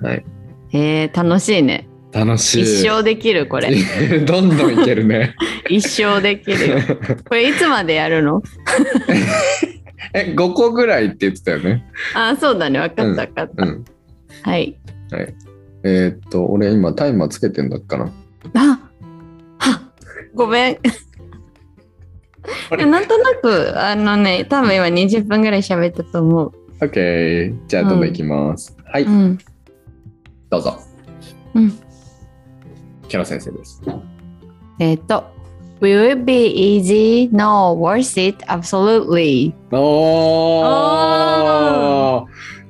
はい、
えー、楽しいね。
楽しい。
一生できるこれ。
どんどんいけるね。
一生でき るよ。これいつまでやるの？
え5個ぐらいって言ってたよね。
あー、そうだね。わかったわかっ
う
た。
ん。
はい。
えーっと俺今タイマーつけてんだっかな。
あ、は、ごめん。
あれ
なんとなくあのね、多分今20分ぐらい喋ったと思う。、
OK じゃあどんどんいきます。はいう
ん。
どうぞ。
うん。
キャラ先生です。
えっと、Will it be easy? No, worth it? Absolutely.
お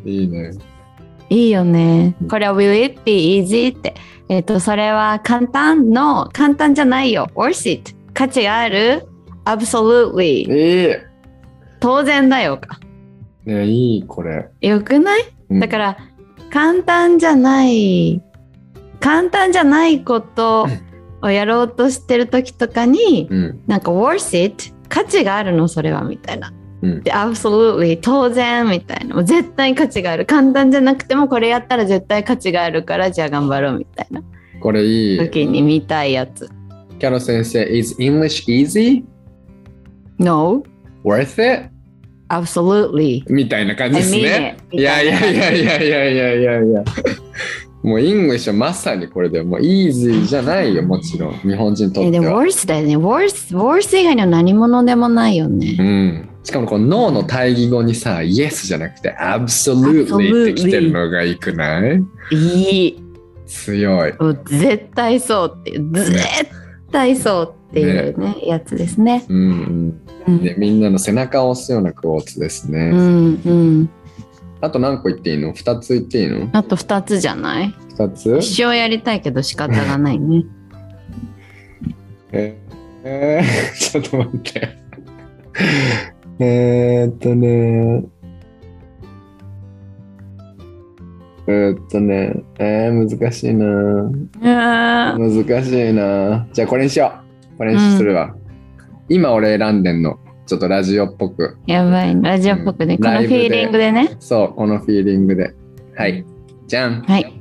ーいいね。
いいよね。これは Will it be easy? って。えっ、と、それは簡単 ?No, 簡単じゃないよ。worth it? 価値がある ?Absolutely.
いい。
当然だよか。
ねいいこれ。
よくない
うん
だから、簡単じゃない、簡単じゃないことをやろうとしてる時とかに、
うん
なんか worth it 価値があるのそれはみたいな。
うん
で absolutely 当然みたいなもう絶対価値がある簡単じゃなくてもこれやったら絶対価値があるからじゃあ頑張ろうみたいな
これいい。
時に見たいやつ。
キャロ先生、Is English easy?
No
Worth it?
absolutely
みたいな感じですね。
I mean it
いやいやいやいやいやいやいやいや。もう English はまさにこれでもう easy じゃないよ、もちろん。日本人にと
え
っ
で
て
も
は。
worth だよね worth worth 以外には何者でもないよ
う
ね。
ん、しかもこの脳の対義語にさ、Yes じゃなくて Absolutely ってきてるのがいいくない
いい
強い。
もう絶対そうっていう絶対そうっていうねやつですね。
うん
う
うん、で
ん
みんなの背中を押すようなクォーツですね。
うんうん、
あと何個言っていいの ?2 つ言っていいの
あと2つじゃない
?2 つ
一生やりたいけど仕方がないね。
えーえー ちょっと待って。えーっとね。えーっとね。えー、難しいな。
あ
難しいな。じゃあこれにしよう。これにするわ。今俺選んでんの。ちょっとラジオっぽく。
ーやばいラジオっぽくね、
うん
この
ラ
フ
イブで
ィーリングでね
そう、このフィーリングで。はい。じゃん。
はい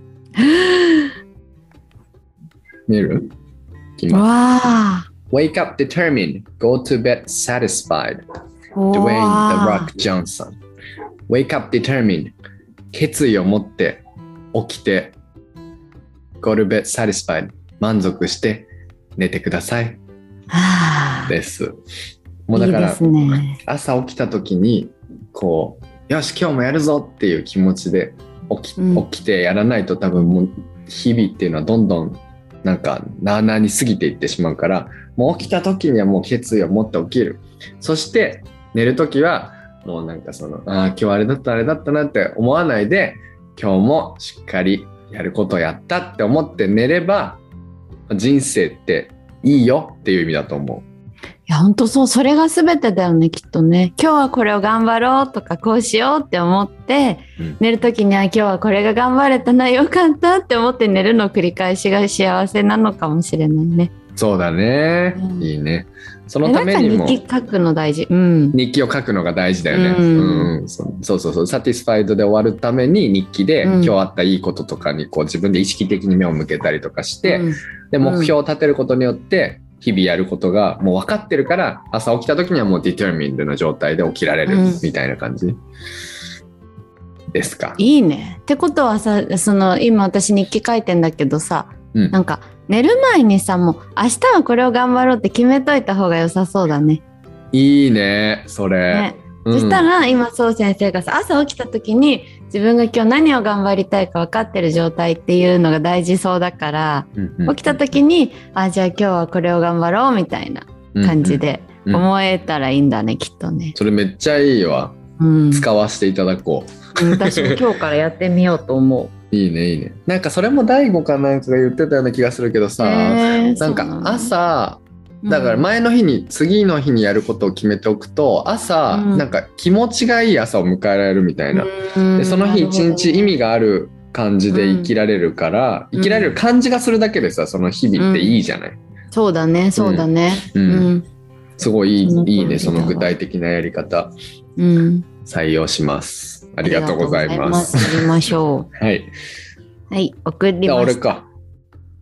見える決まっ
わあ
Wake up determined, go to bed satisfied.
ド
Dwayne The Rock Johnson Wake up determined 決意を持って起きて Go to bed satisfied 満足して寝てください
あー
ですもうだか
いい
ら
ですね
朝起きた時にこうよし今日もやるぞっていう気持ちで起き,、
うん
起きてやらないと多分もう日々っていうのはどんどんなんかなあなあに過ぎていってしまうからもう起きた時にはもう決意を持って起きるそして寝る時はもうなんかそのああ今日あれだったあれだったなって思わないで今日もしっかりやることをやったって思って寝れば人生っていいよっていう意味だと思
いや本当そうそれが全てだよねきっとね今日はこれを頑張ろうとかこうしようって思って、
うん
寝る時には今日はこれが頑張れたなよかったって思って寝るの繰り返しが幸せなのかもしれないね
うそうだね、
うん
いいねそ
な
の
ん
ため
か
にも
日記書くの大事うん
日記を書くのが大事だよね。う
うんん、
そそうそうそう。サティスファイドで終わるために日記で、
うん
今日あったいいこととかにこう自分で意識的に目を向けたりとかして、
うん
で目標を立てることによって日々やることがもう分かってるから朝起きた時にはもうディテーミンドな状態で起きられる
うん
みたいな感じですか。
いいね。ってことはさその今私日記書いてんだけどさ、
うん
なんか寝る前にさもう明日はこれを頑張ろうって決めといた方が良さそうだね。
いいねそれ。
ね
うん
そしたら今そう先生がさ朝起きた時に自分が今日何を頑張りたいか分かってる状態っていうのが大事そうだから
うんうん
起きた時にあじゃあ今日はこれを頑張ろうみたいな感じで
うんうんうん
思えたらいいんだねきっとね。
それめっちゃいいわ。
うん、
使わせていただこう。
私も今日からやってみようと思 う。
いいねいいね。なんかそれも大悟かなんかが言ってたような気がするけどさ、
へー
なんか
そうの
朝だから前の日に次の日にやることを決めておくと朝、
うん
なんか気持ちがいい朝を迎えられるみたいな、
うん
でその日一日意
なる
味がある感じで生きられるから、
うん
生きられる感じがするだけでさその日々っていいじゃない、
ほどそうだねそうだね
う
うんん
すごいいい
その通り
いいね
だ
そ
わ
の具体的なやり方
うん
採用しますあ
あ
りがとうございます
りがとうございますやりましょ
はい、
うはい送り
じゃあ
ま
俺
した
か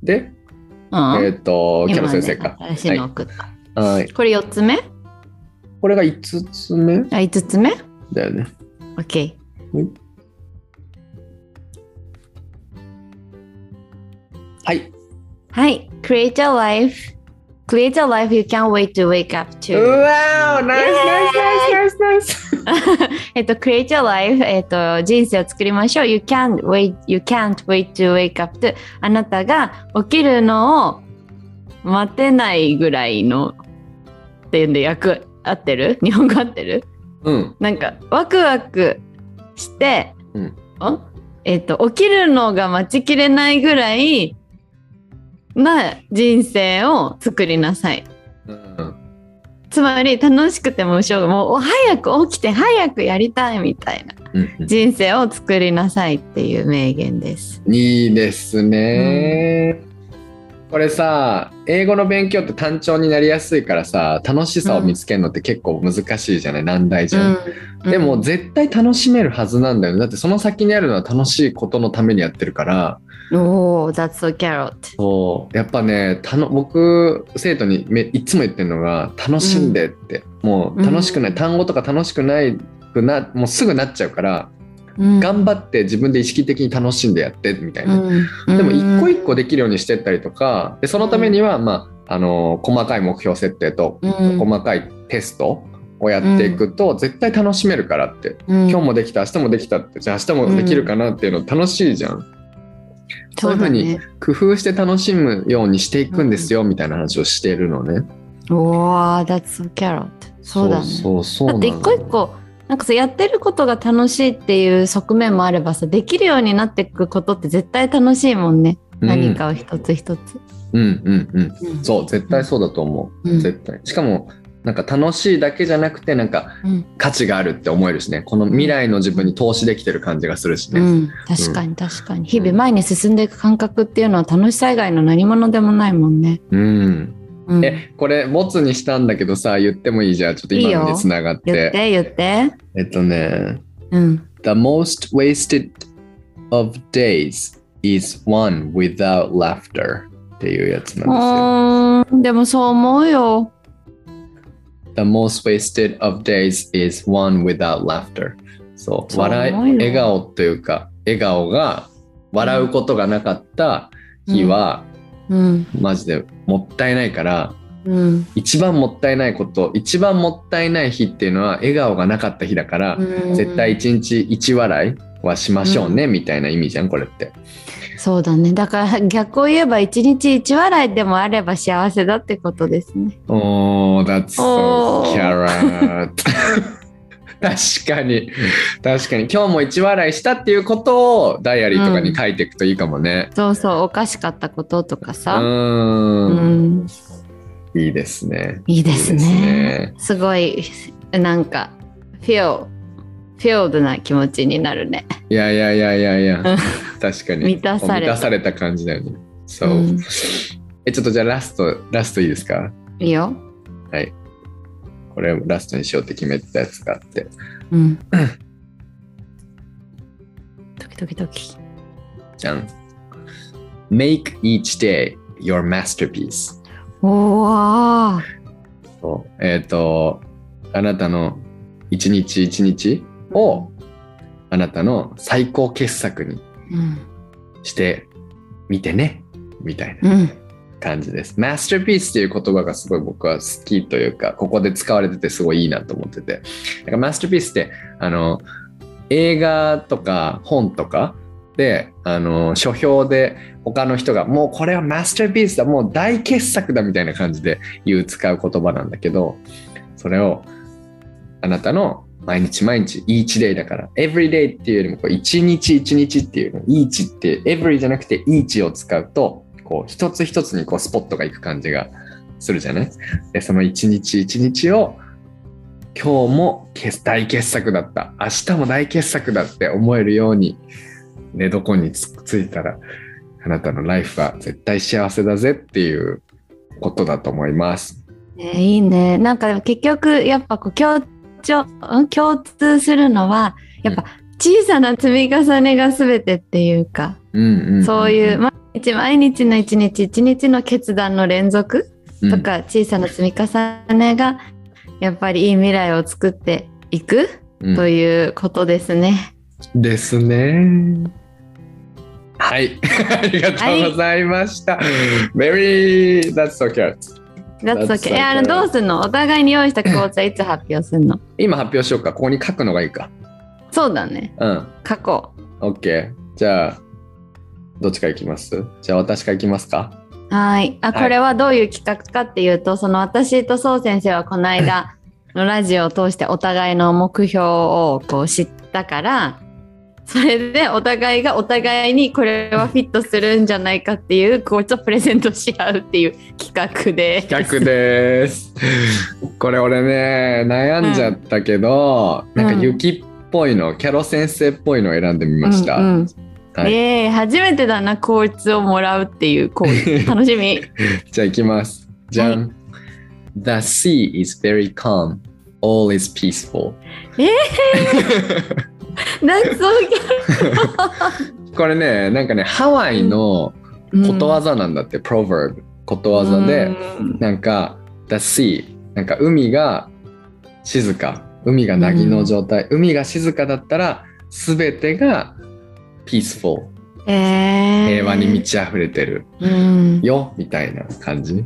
で
うん
えっ、とキャロ先生か
今、ね新しいの送った
はい
これ四つ目
これが5つ目
あ五つ目
だよね
OK
はい
はい。Create a life. Create a life you can't wait to wake up
う
to.
わーナイスナイスナイスナイスナイス
えっと、Create a life. えっと、人生を作りましょう。You can't wait, you can't wait to wake up to. あなたが起きるのを待てないぐらいのっていうんで訳合ってる日本語合ってる
うん
なんか、ワクワクして、
うん
んえっと、起きるのが待ちきれないぐらいな人生を作りなさい。
うん
つまり楽しくてもしょうがもう早く起きて早くやりたいみたいな
うん
人生を作りなさいっていう名言です。
いいですね、これさ英語の勉強って単調になりやすいからさ楽しさを見つけるのって結構難しいじゃない難題じゃん、でも絶対楽しめるはずなんだよねだってその先にあるのは楽しいことのためにやってるから
うん、おー、that's a carrot。
そうやっぱねたの僕生徒にめいつも言ってるのが楽しんでって、もう楽しくない、
うん
単語とか楽しくないくなもうすぐなっちゃうから、
うん
頑張って自分で意識的に楽しんでやってみたいな、
うん、
でも一個一個
で、
できるようにしてったりとかでそのためには、まああの細かい目標設定と、
うん
細かいテストをやっていくと、絶対楽しめるからって、
うん、
今日もできた明日もできたってじゃあ明日もできるかなっていうの楽しいじゃん、そういうふうに
そだね
工夫して楽しむようにしていくんですよ、みたいな話をしているのね
おー、that's a carrot。そうだね。
そうそう
だって一個一個なんかさやってることが楽しいっていう側面もあればさできるようになっていくことって絶対楽しいもんね、何かを一つ一つ。
うんうんうんうんそう絶対そうだと思う、
うん
絶対しかもなんか楽しいだけじゃなくてなんか
うん
価値があるって思えるしねこの未来の自分に投資できてる感じがするしね、
うん、確かに確かに、日々前に進んでいく感覚っていうのは楽しさ以外の何物でもないもんね。
うん、
うん、言
えこれボツにしたんだけどさ言ってもいいじゃんちょっと今のでつながって
って言って。
えっとね
うん、
The most wasted of days is one without laughter っていうやつなんで
うーんでもそう思うよ。
すよ。The most wasted of days is one without laughter そう
そう
笑い
思うよ
笑顔というか笑顔が笑うことがなかった日は、
うん
マジでもったいないから
うん
一番もったいないこと一番もったいない日っていうのは笑顔がなかった日だから、
うん、
絶対一日一笑いはしましょうね、みたいな意味じゃんこれって。
そうだねだから逆を言えば一日一笑いでもあれば幸せだってことですね。
おー、that's so
お
carrot.
ー
確かに。確かに。今日も一笑いしたっていうことをダイアリーとかに書いていくといいかもね。
そうそうおかしかったこととか
う
さ、
ー。
うんん、
いいですね。
いいです
い
ねす
いですね
ごいなんかフィオフィオールな気持ちになるね。
いやいやいやいやいや
ん。
確かに。
満たされた
満たされた感じだよね。そう。
うん
え、ちょっとじゃあラスト、ラストいいですか
いいよ。
これラストにしようって決めてたやつがあって。
うん。ドキドキドキ。
じゃん。Make each day your masterpiece.
おー
そうえっ、とあなたの一日一日をあなたの最高傑作に
うん。
してみてねみたいな
うん。
感じです。マスターピースっていう言葉がすごい僕は好きというかここで使われててすごいいいなと思っててなんかマスターピースってあの映画とか本とかであの書評で他の人がもうこれはマスターピースだもう大傑作だみたいな感じで言う使う言葉なんだけどそれをあなたの毎日毎日 each day だから every day っていうよりもこう一日一日っていうの each って every じゃなくて each を使うとこう一つ一つにこうスポットがいく感じがするじゃないでその一日一日を今日も傑大傑作だった明日も大傑作だって思えるように寝床につついたらあなたのライフは絶対幸せだぜっていうことだと思います。
ねいいね。なんかでも結局やっぱこう共調ん共通するのはやっぱ小さな積み重ねが全てっていうか、
うんうんん
そういう毎日毎日の一日一日の決断の連続とか、小さな積み重ねがやっぱりいい未来を作っていく
うん
ということですね。
ですね。はい、 ありがとうございました。Very that's so cute.
That's
That's
okay. えあの
okay.
どうすんのお互いに用意した紅茶いつ発表すんの
今発表しようか。ここに書くのがいいか。
そうだね。
うん。
過去。
OK。じゃあ、どっちからいきますじゃあ私からいきますか。
はい。あ、
はい
これはどういう企画かっていうと、その私とそう先生はこ の間のラジオを通してお互いの目標をこう知ったから、それでお互いがお互いにこれはフィットするんじゃないかっていう、こうちょっとプレゼントし合うっていう企画で。
企画です。 これ俺ね、悩んじゃったけど、
うん
なんか雪っぽいの、キャロ先生っぽいのを選んでみました。
うんうん
はい
ええ初めてだな、コーツをもらうっていう、こう、楽しみ。
じゃあ行きます。じゃん。The sea is very calm. All is peaceful.
えなんそう
これね、なんかね、ハワイの ことわざなんだって、プロ proverb、ことわざで、
うん
なんか、the sea、なんか海が静か、海が凪の状態、海が静かだったら、すべてが peaceful、
ええ
平和に満ち溢れてる
うん
よ、みたいな感じ。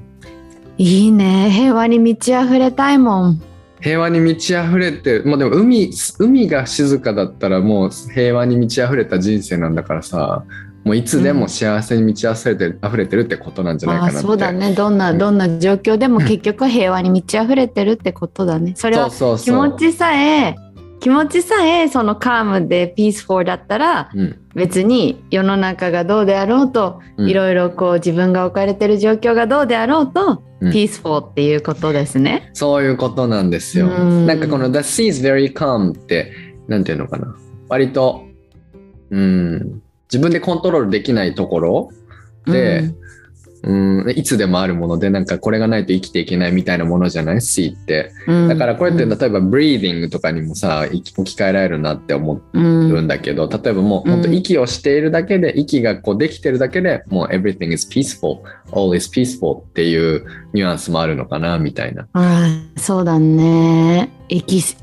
いいね平和に満ち溢れたいもん
平和に満ち溢れて、まあでも海、海が静かだったらもう平和に満ち溢れた人生なんだからさ、もういつでも幸せに満ち溢れて,、溢れてるってことなんじゃないか
あ
な
あ
って。
そうだねどんな
うん
どんな状況でも結局は平和に満ち溢れてるってことだねそれ
そう
は
そうそう。
気持ちさえ気持ちさえそのカームでピースフォーだったら
うん、
別に世の中がどうであろうと
うん
いろいろこう自分が置かれてる状況がどうであろうと
うん
ピースフォーっていうことですね。
そういうことなんですよ。
うん
なんかこの The sea is very calm って、なんていうのかな。割と、うん、自分でコントロールできないところで、
うん
うん、いつでもあるもので、なんかこれがないと生きていけないみたいなものじゃない ?sea って。だからこれって例えばブリーディングとかにもさい置き換えられるなって思
うん
うんだけど例えばもう本当息をしているだけで息がこうできてるだけでもう everything is peaceful all is peaceful っていうニュアンスもあるのかなみたいな
うんそうだね息し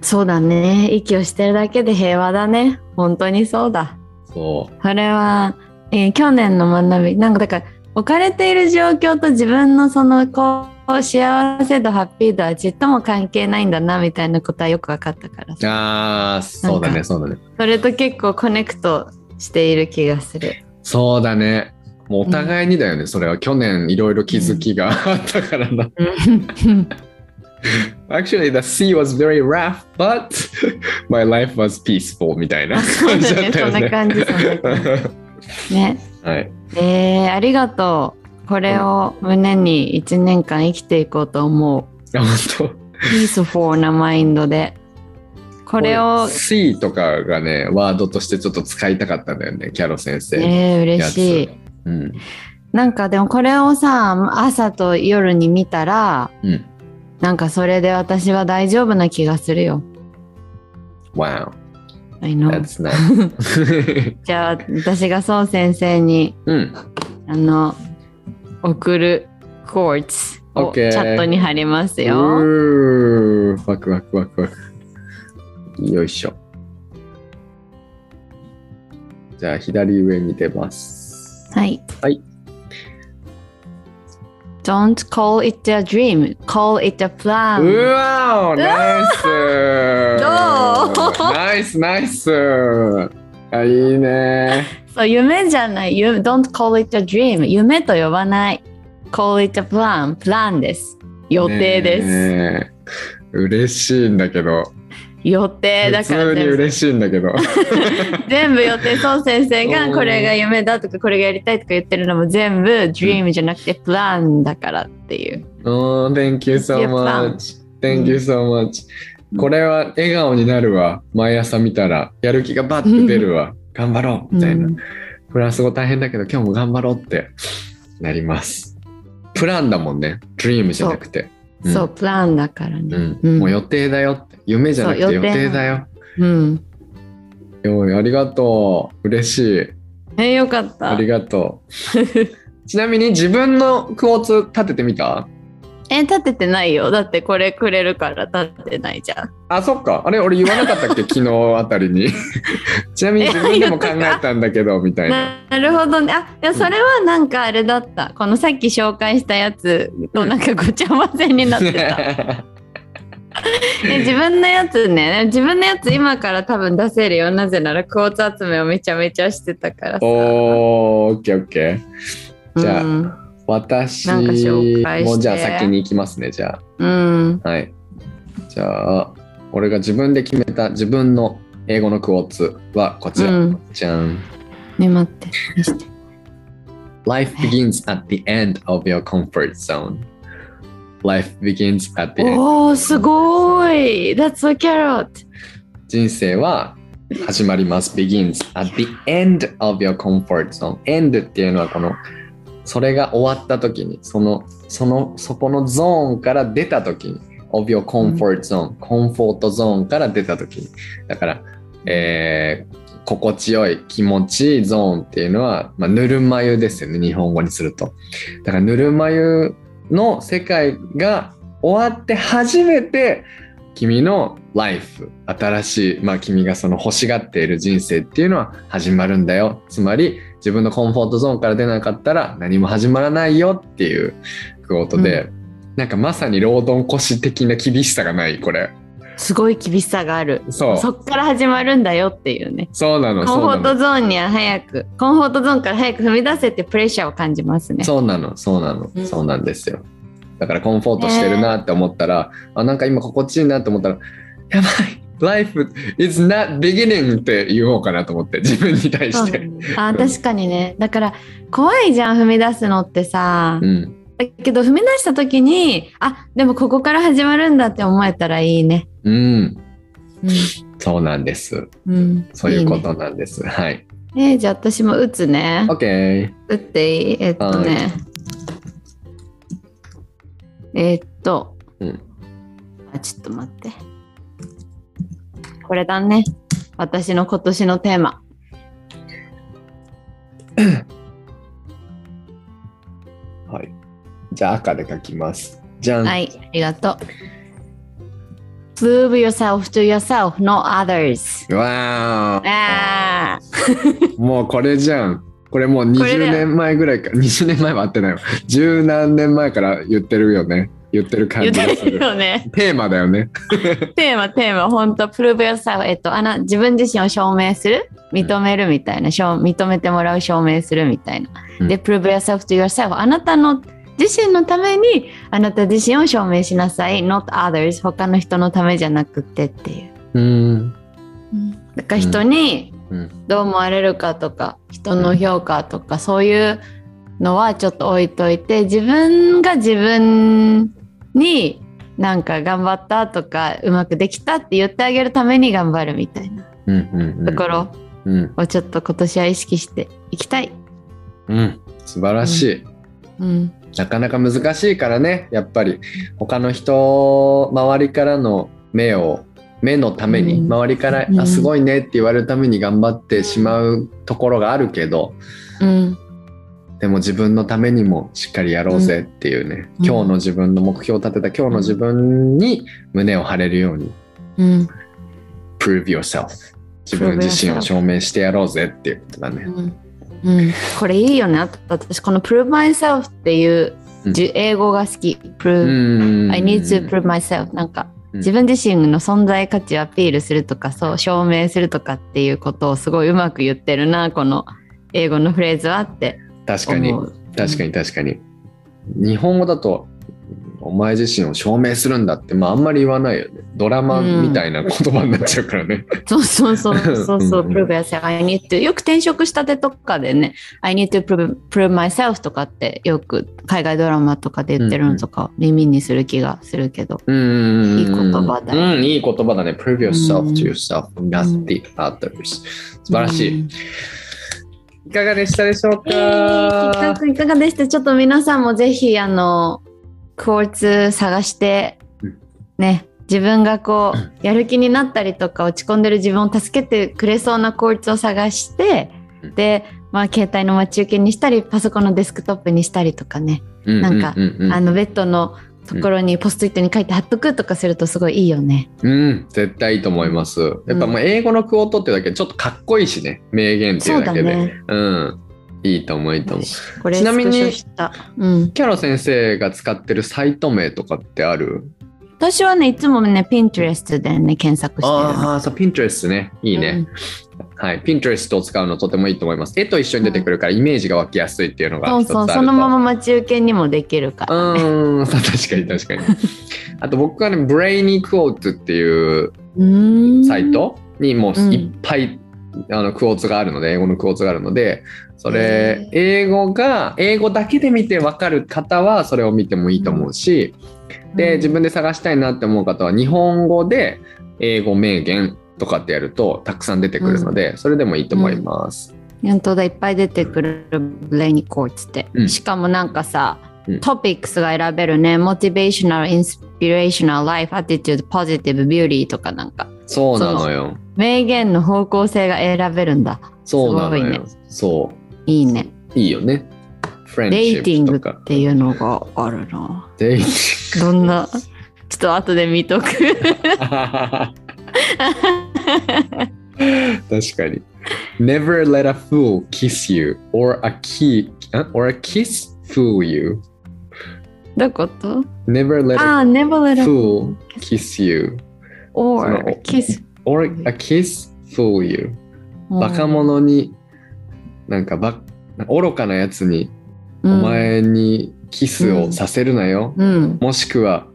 そうだね息をしてるだけで平和だね本当にそうだ
そ
これは、えー去年の学びなんかだから置かれている状況と自分のそのこう幸せ度ハッピー度はちっとも関係ないんだなみたいなことはよく分かったから
うあーそうだ
な
ね
んか
そうだね
それと結構コネクトしている気が する
そうだねもうお互いにだよね、それは去年いろいろ気づきがあったからな Actually the sea was very rough but my life was peaceful みたいな感じだったよね
そうだねそんな感じそね
はい
えー、ありがとうこれを胸に1年間生きていこうと思う
あ本当
ピースフォーなマインドで。これを、
C とかがねワードとしてちょっと使いたかったんだよねキャロ先生の
えー、
や
嬉
つ、
しい。
うん
なんかでもこれをさ、朝と夜に見たら、
うん
なんかそれで私は大丈夫な気がするよ。
Wow
I know.
that's nice
じゃあ私がそう先生に、
うん
あの、送るコーツをチ
OK
ャットに貼りますよ。
うーワクワクワクワクよいしょじゃあ左上に出ます
はい。
はい。
Don't call it a dream, call it a
う
plan.
わおナイス
どう
ナイスナイスあいいね
そう夢じゃない。ゆ Don't call it a dream. 夢と呼ばない。Call it a plan. プランです。予定です。
ねえ嬉しいんだけど
予定だ
普
から
通に
全部
嬉しいんだ けど。
全部予定そう先生
う
が
ん
これが夢だとかこれがやりたいとか言ってるのも全部 dream じゃなくて plan だからっていう。
oh, thank you so
Your plan.
much. Thank you so much.
うん
これは笑顔になるわ。毎朝見たら、やる気がバッて出るわ。頑張ろうみたいな。
うん
フランス語大変だけど、今日も頑張ろうってなります。プランだもんね。dream じゃなくて。うん
そう、plan だからね。
うん
うん
もう予定だよって。夢じゃなくて
そう
予
予定
定だよ。
うん。
よいありがとう。嬉しい。
え、よかっ
あ
た
り。がと う。ちなみに自分のクォーツ立ててみた
え、立ててないよ。だってこれくれるから立ててないじゃん。
あ、そっか。あれ、俺言わなか ったっけ昨日あたりに。 ちなみに自分でも考えたんだけど、みたいな。
なるほどね。あ、いや、それはなんかあれだった。このさっき紹介したやつとなんかごちゃ混ぜになっ てた。え自分のやつね自分のやつ今から多分出せるよなぜならクォーツ集めをめちゃめちゃしてたからさ
おー、オッケーオッケー。じゃあ
うん、
私
なんか紹介して
もじゃあ先に行きますね、じゃ
うん
あ。はい。じゃあ、俺が自分で決めた自分の英語のクォーツはこちら。
うん
じゃん。
ね待って見して
Life begins at the end of your comfort zone. Life begins at the end.
おーすごーい That's a carrot
人生は始まります。begins at the end of your comfort zone. end っていうのはこのそれが終わった時にそのそのそこのゾーンから出た時に of your comfort zone、コンフォートゾーンから出た時にだから、えー心地よい気持ちいいゾーンっていうのは、まあ、ぬるま湯ですよね日本語にするとだからぬるま湯の世界が終わって初めて君の life 新しい、まあ、君がその欲しがっている人生っていうのは始まるんだよつまり自分のコンフォートゾーンから出なかったら何も始まらないよっていうクォートで、なんかまさに労働腰的な厳しさがないこれ
すごい厳しさがある
そう
そっから始まるんだよっていうね
そうな
コン
の
フ
そう
ォー
な
ト
の
ゾーンには早くコンフォートゾーンから早く踏み出せってプレッシャーを感じますね
そうなのそうなの、
うん
そうなんですよだからコンフォートしてるなって思ったら、あなんか今心地いいなって思ったらやばい Life is not beginning って言おうかなと思って自分に対
そう
し
な
て。
んだあー確かにねだから怖いじゃん踏み出すのってさ、
うん、
だけど踏み出した時にあでもここから始まるんだって思えたらいいね。
うん、そうなんです。
うん
そういうこ
い
となんです。はい。
いねえーじゃあ私も打つね。
OK。
打っていいえっとね。えーっと、
うん
あちょっと待って。これだね。私の今年のテーマ。
はい。じゃあ赤で書きます。じゃん。
はい、ありがとう。Prove yourself to yourself, no others.
わー
あー
もうこれじゃん。これもう
これ
20
だよ
年前ぐらいか、20年前はあってないわ。十何年前から言ってるよね。言ってる感
言
じ
っ
がす
て
る。
るよね。
テーマだよね。
テーマテーマ本当プルーブヨサえっとあな自分自身を証明する認めるみたいな、証認めてもらう証明するみたいな、
うん
でプルーブヨサ r フ o ヨサ r あなたの自身のためにあなた自身を証明しなさい not others 他の人のためじゃなくてっていう
うん。
だから人に
うん
どう思われるかとか人の評価とかそういうのはちょっと置いといて自分が自分になんか頑張ったとかうまくできたって言ってあげるために頑張るみたいな
うんうんうん。
ところ
うん。
をちょっと今年は意識していきたい。
うん。素晴らしい。
うん、
なかなか難しいからねやっぱり他の人周りからの目を目のために、
うん
周りから、
うん
あ「すごいね」って言われるために頑張ってしまうところがあるけど
うん、
でも自分のためにもしっかりやろうぜっていうね、
うん
今日の自分の目標を立てた今日の自分に胸を張れるように
うん、
「prove yourself」自分自身を証明してやろうぜっていうことだ
う
ね。
ん、うん、これいいよね。あと私この prove myself っていう、じゅ英語が好き。prove、
うん
I need to prove myself なんか、
うん
自分自身の存在価値をアピールするとかそう証明するとかっていうことをすごいうまく言ってるなこの英語のフレーズはって
確かに
思う
確かに確かに。日本語だとお前自身を証明するんだって、まあ、あんまり言わないよね。ドラマみたいな言葉になっちゃうからね。
そうそ うそうそうそうう、
ん
prove yourself. I need to. よく転職したてとかでね、I need to prove, prove myself とかってよく海外ドラマとかで言ってるのとか耳にする気がするけど。
うんうんうん
いい言葉だ
うん、いい言葉だね。prove yourself to yourself,
う
not
ん
the others. 素晴らしい。
うん
いかがでしたでしょう
え
か、
ー、企画いかがでしたちょっと皆さんもぜひあのクォーツ探して
うん
ね自分がこうやる気になったりとか落ち込んでる自分を助けてくれそうなコーツを探して
うん
でまあ携帯の待ち受けにしたりパソコンのデスクトップにしたりとかね、
う
なんか
うううん
あのベッドのところにポストイットに書いて貼っとくとかするとすごいいいよね。
うん、絶対いいと思います。やっぱもう英語のクオートってだけでちょっとかっこいいしね、名言っていうだけで。
そう
う
だね
ん、いいと思う、いいと思う。
これ
ちなみに
スクショした、うん、
キャロ先生が使ってるサイト名とかってある
私はねいつもね Pinterest でね検索してるの。
ああ、そう、Pinterest ね。いいね。はい。Pinterest を使うのとてもいいと思います。絵と一緒に出てくるからイメージが湧きやすいっていうのが
そう
一つあると。
そうそのまま待ち受けにもできるから、
うーん、そう確かに確かに。 あと僕はね、ブレイニークオーツっていう
うーん
サイトにもう
うん
いっぱい、あのクオーツがあるので、英語のクオーツがあるので、それ
へー、
英語が、英語だけで見てわかる方はそれを見てもいいと思うし、
う
で、
ん
自分で探したいなって思う方は、日本語で英語名言とかってやるとたくさん出てくるので、それでもいいと思います。
本当だいっぱい出てくるブレイニコーツって、
うん
しかもなんかさ、
うん
トピックスが選べるねモチベーショナルインスピレーショナルライフアティチュードポジティブビューティーとかなんか
そうなのよ。
名言の方向性が選べるんだ
そうなの
すごい
よ。
ね
そ
いいね
う。いいよね。フレン
レ
シ
ーティ
ッ
ン
プ
グ
とか
っ。ていうのがあるな
デイティング
どん なちょっと後で見とく
確かに。Never let a fool kiss you or a, key, or a kiss fool you.
どういうこと
Never let
ああ
a
never let a
fool kiss you
or
その
kiss
or a kiss fool you. バカ者に、なんかば愚かなやつに
お
お前にキスをさせるなよ。
うん
もしくは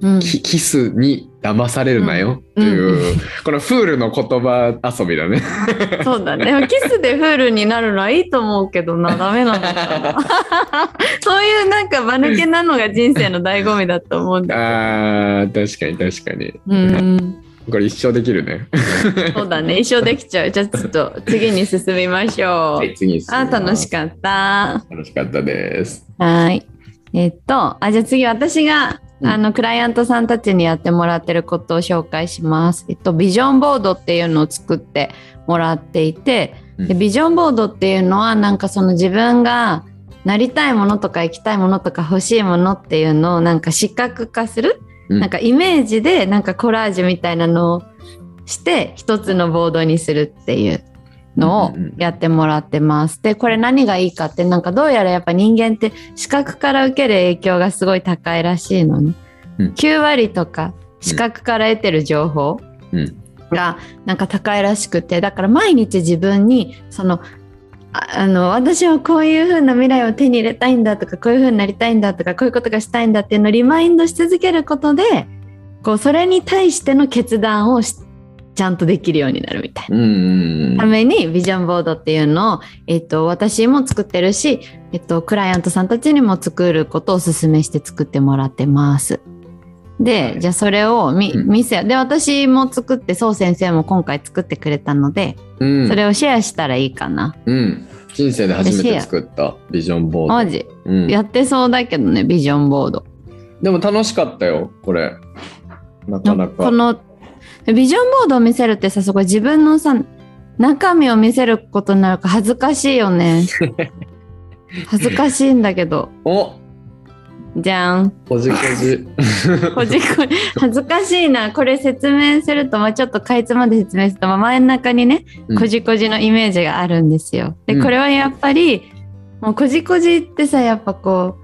うん
キキスに騙されるなよっていう、このフールの言葉遊び だね。
そうだね。でもキスでフールになるのはいいと思うけどな、ダメなのかな。そういうなんか間抜けなのが人生の醍醐味だと思うんだ。
あー確かに確かに
うん、
これ一生できるね
そうだね。一生できちゃう。じゃあちょっと次に進みましょう。
次に進
あ、
みます
楽しかった。
楽しかったです
はい。えっと、あ、じゃあ次私が、あの、クライアントさんたちにやってもらってることを紹介します。えっと、ビジョンボードっていうのを作ってもらっていて、でビジョンボードっていうのはなんかその自分がなりたいものとか行きたいものとか欲しいものっていうのをなんか視覚化する、
うん
なんかイメージでなんかコラージュみたいなのをして一つのボードにするっていうのを
うんうんうん
やってもらってます。でこれ何がいいかってなんかどうやらやっぱ人間って視覚から受ける影響がすごい高いらしいのね。
うん
9割とか視覚から得てる情報、
うん
がなんか高いらしくてだから毎日自分にそのああの私はこういう風な未来を手に入れたいんだとかこういう風になりたいんだとかこういうことがしたいんだっていうのをリマインドし続けることでこうそれに対しての決断をしちゃんとできるようになるみたいな。
うんうん
ためにビジョンボードっていうのを、えっと、私も作ってるし、えっと、クライアントさんたちにも作ることをお勧めして作ってもらってます。で、
はい
じゃあそれをみ
うん
見せ、で私も作ってそう先生も今回作ってくれたので、
うん
それをシェアしたらいいかな。
うん人生で初めて作ったビジョンボー
マ
ド、
ジ
うん
やってそうだけどねビジョンボード。
でも楽しかったよこれなかなか
このビジョンボードを見せるってさすごい自分のさ中身を見せることになるから恥ずかしい よね。恥ずかしいんだけど。
お
じゃん。
こじこじ
こじこじ恥ずかしいなこれ説明すると、まあ、ちょっとかいつまで説明すると、まあ、真ん中にね
うん
こじこじのイメージがあるんですよ。
う
で
ん
これはやっぱりもうこじこじってさやっぱこ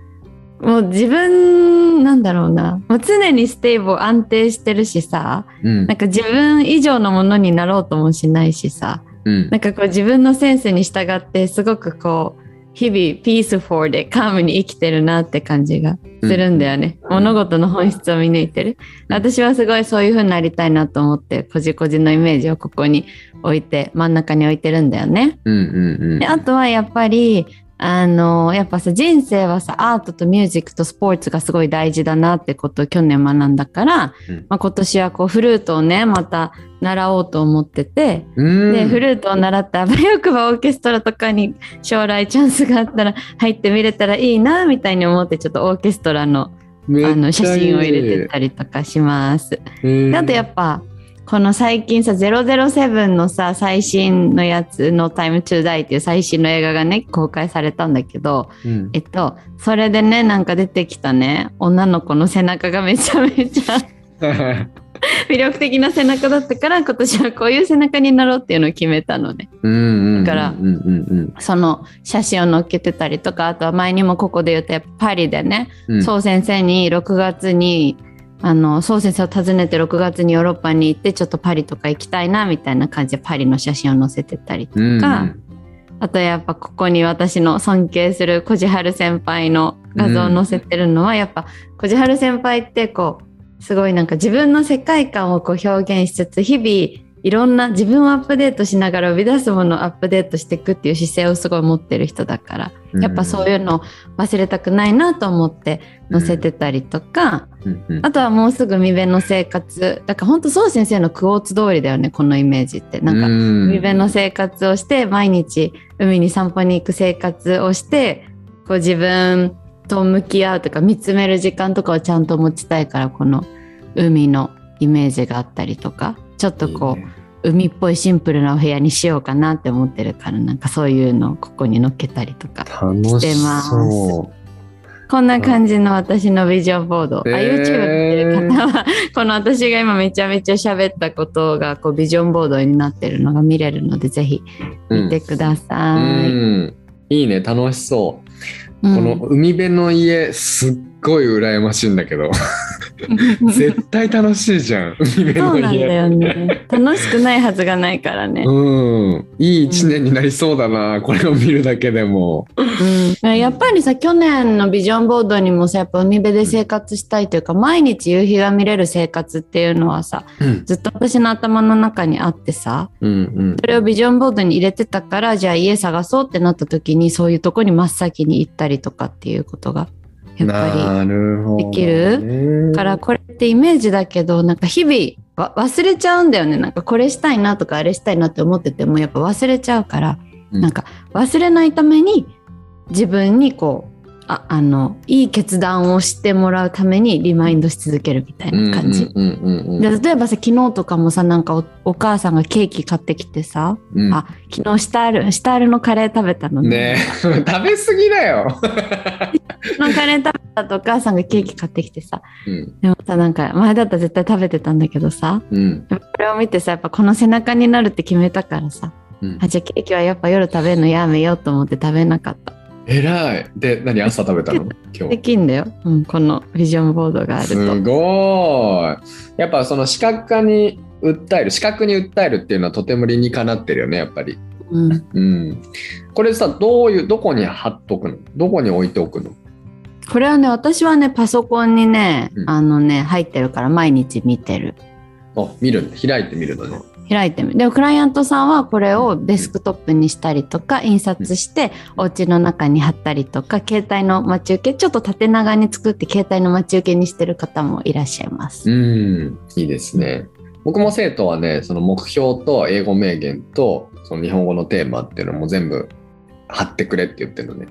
うもう自分なんだろうなもう常にステーブル安定してるしさ
うん
なんか自分以上のものになろうともしないしさ
うん
なんかこう自分のセンスに従ってすごくこう日々ピースフォーでカームに生きてるなって感じがするんだよね、
うん
物事の本質を見抜いてる、
うん
私はすごいそういう風になりたいなと思ってこじこじのイメージをここに置いて真ん中に置いてるんだよね
うんうんうん
であとはやっぱりあのやっぱさ人生はさアートとミュージックとスポーツがすごい大事だなってことを去年学んだから、
うん
まあ、今年はこうフルートをねまた習おうと思ってて、
うん
でフルートを習ったあばよくばオーケストラとかに将来チャンスがあったら入ってみれたらいいなみたいに思ってちょっとオーケストラの
めっちゃい
あ
い
の写真を入れてたりとかします。
へ
で
ー
あとやっぱこの最近さ007のさ最新のやつの「タイムチューダイっていう最新の映画がね公開されたんだけど
うん
えっとそれでねなんか出てきたね女の子の背中がめちゃめちゃ 魅力的な背中だったから今年はこういう背中になろうっていうのを決めたのね。
うんうん
だから
うんうん
その写真を載っけてたりとかあとは前にもここで言ったやっぱパリでね、
うん
宋先生に6月にあの宋先生を訪ねて6月にヨーロッパに行ってちょっとパリとか行きたいなみたいな感じでパリの写真を載せてたり
うん
があとやっぱここに私の尊敬する小路春先輩の画像を載せてるのはやっぱ小路春先輩ってこうすごいなんか自分の世界観をこう表現しつつ日々いろんな自分をアップデートしながら生み出すものをアップデートしていくっていう姿勢をすごい持ってる人だから
うん
やっぱそういうのを忘れたくないなと思って載せてたりとか
うんうん
あとはもうすぐ海辺の生活だから本当そう先生のクォーツ通りだよねこのイメージってなんか
うん
海辺の生活をして毎日海に散歩に行く生活をしてこう自分と向き合うとか見つめる時間とかをちゃんと持ちたいからこの海のイメージがあったりとかちょっとこう
いいね
海っぽいシンプルなお部屋にしようかなって思ってるからなんかそういうのをここに乗っけたりとか
楽し
して
そ
ま
う
こんな感じの私のビジョンボード、
へー
あ YouTube 見てる方は この私が今めちゃめちゃ喋ったことがこうビジョンボードになってるのが見れるのでぜひ
うん
見てください。
うんいいね楽しそう
う
こ
ん
の海辺の家すっごい羨ましいんだけ ど絶対楽しいじゃん海辺
そ
の
うなんだ
家
よね。楽しくないはずがないからね。
うんいい一年になりそうだなこれを見るだけでも
うん、やっぱりさ去年のビジョンボードにもさやっぱ海辺で生活したいというか毎日夕日が見れる生活っていうのはさ
うん
ずっと私の頭の中にあってさ
うん
それをビジョンボードに入れてたからじゃあ家探そうってなった時にそういうとこに真っ先に行ったりとかっていうことが
う
や
ん
っぱ
なるほどね
できるりからこれってイメージだけどなんか日々わ忘れちゃうんだよねなんかこれしたいなとかあれしたいなって思っててもやっぱ忘れちゃうから
うん
なんか忘れないために自分にこうああのいい決断をしてもらうためにリマインドし続けるみたいな感じ。
うんうんうんうん
で例えばさ昨日とかもさなんかおお母さんがケーキ買ってきてさ
うん
あ昨日シタールシタールのカレー食べたの
ね え食べ過ぎだよ、
シタールのカレー食べたとお母さんがケーキ買ってきてさ
うん
でもさなんか前だったら絶対食べてたんだけどさ
うん
これを見てさやっぱこの背中になるって決めたからさ
うん
あ、じゃあケーキはやっぱ夜食べるのやめようと思って食べなかった
偉いで何朝食べた の今
で
日
きんだよ、うん、このビジョンボードがあると
すごいやっぱその視覚化に訴える視覚に訴えるっていうのはとても理にかなってるよねやっぱり
うん、
うんこれさどういうどこに貼っとくのどこに置いておくの
これはね私はねパソコンにね、
うん
あのね入ってるから毎日見てる
あ見るんだ開いてみるのね
開いてみでもクライアントさんはこれをデスクトップにしたりとか印刷してお家の中に貼ったりとか携帯の待ち受けちょっと縦長に作って携帯の待ち受けにしてる方もいらっしゃいます、
うんいいですね僕も生徒はねその目標と英語名言とその日本語のテーマっていうのも全部貼ってくれって言ってるのね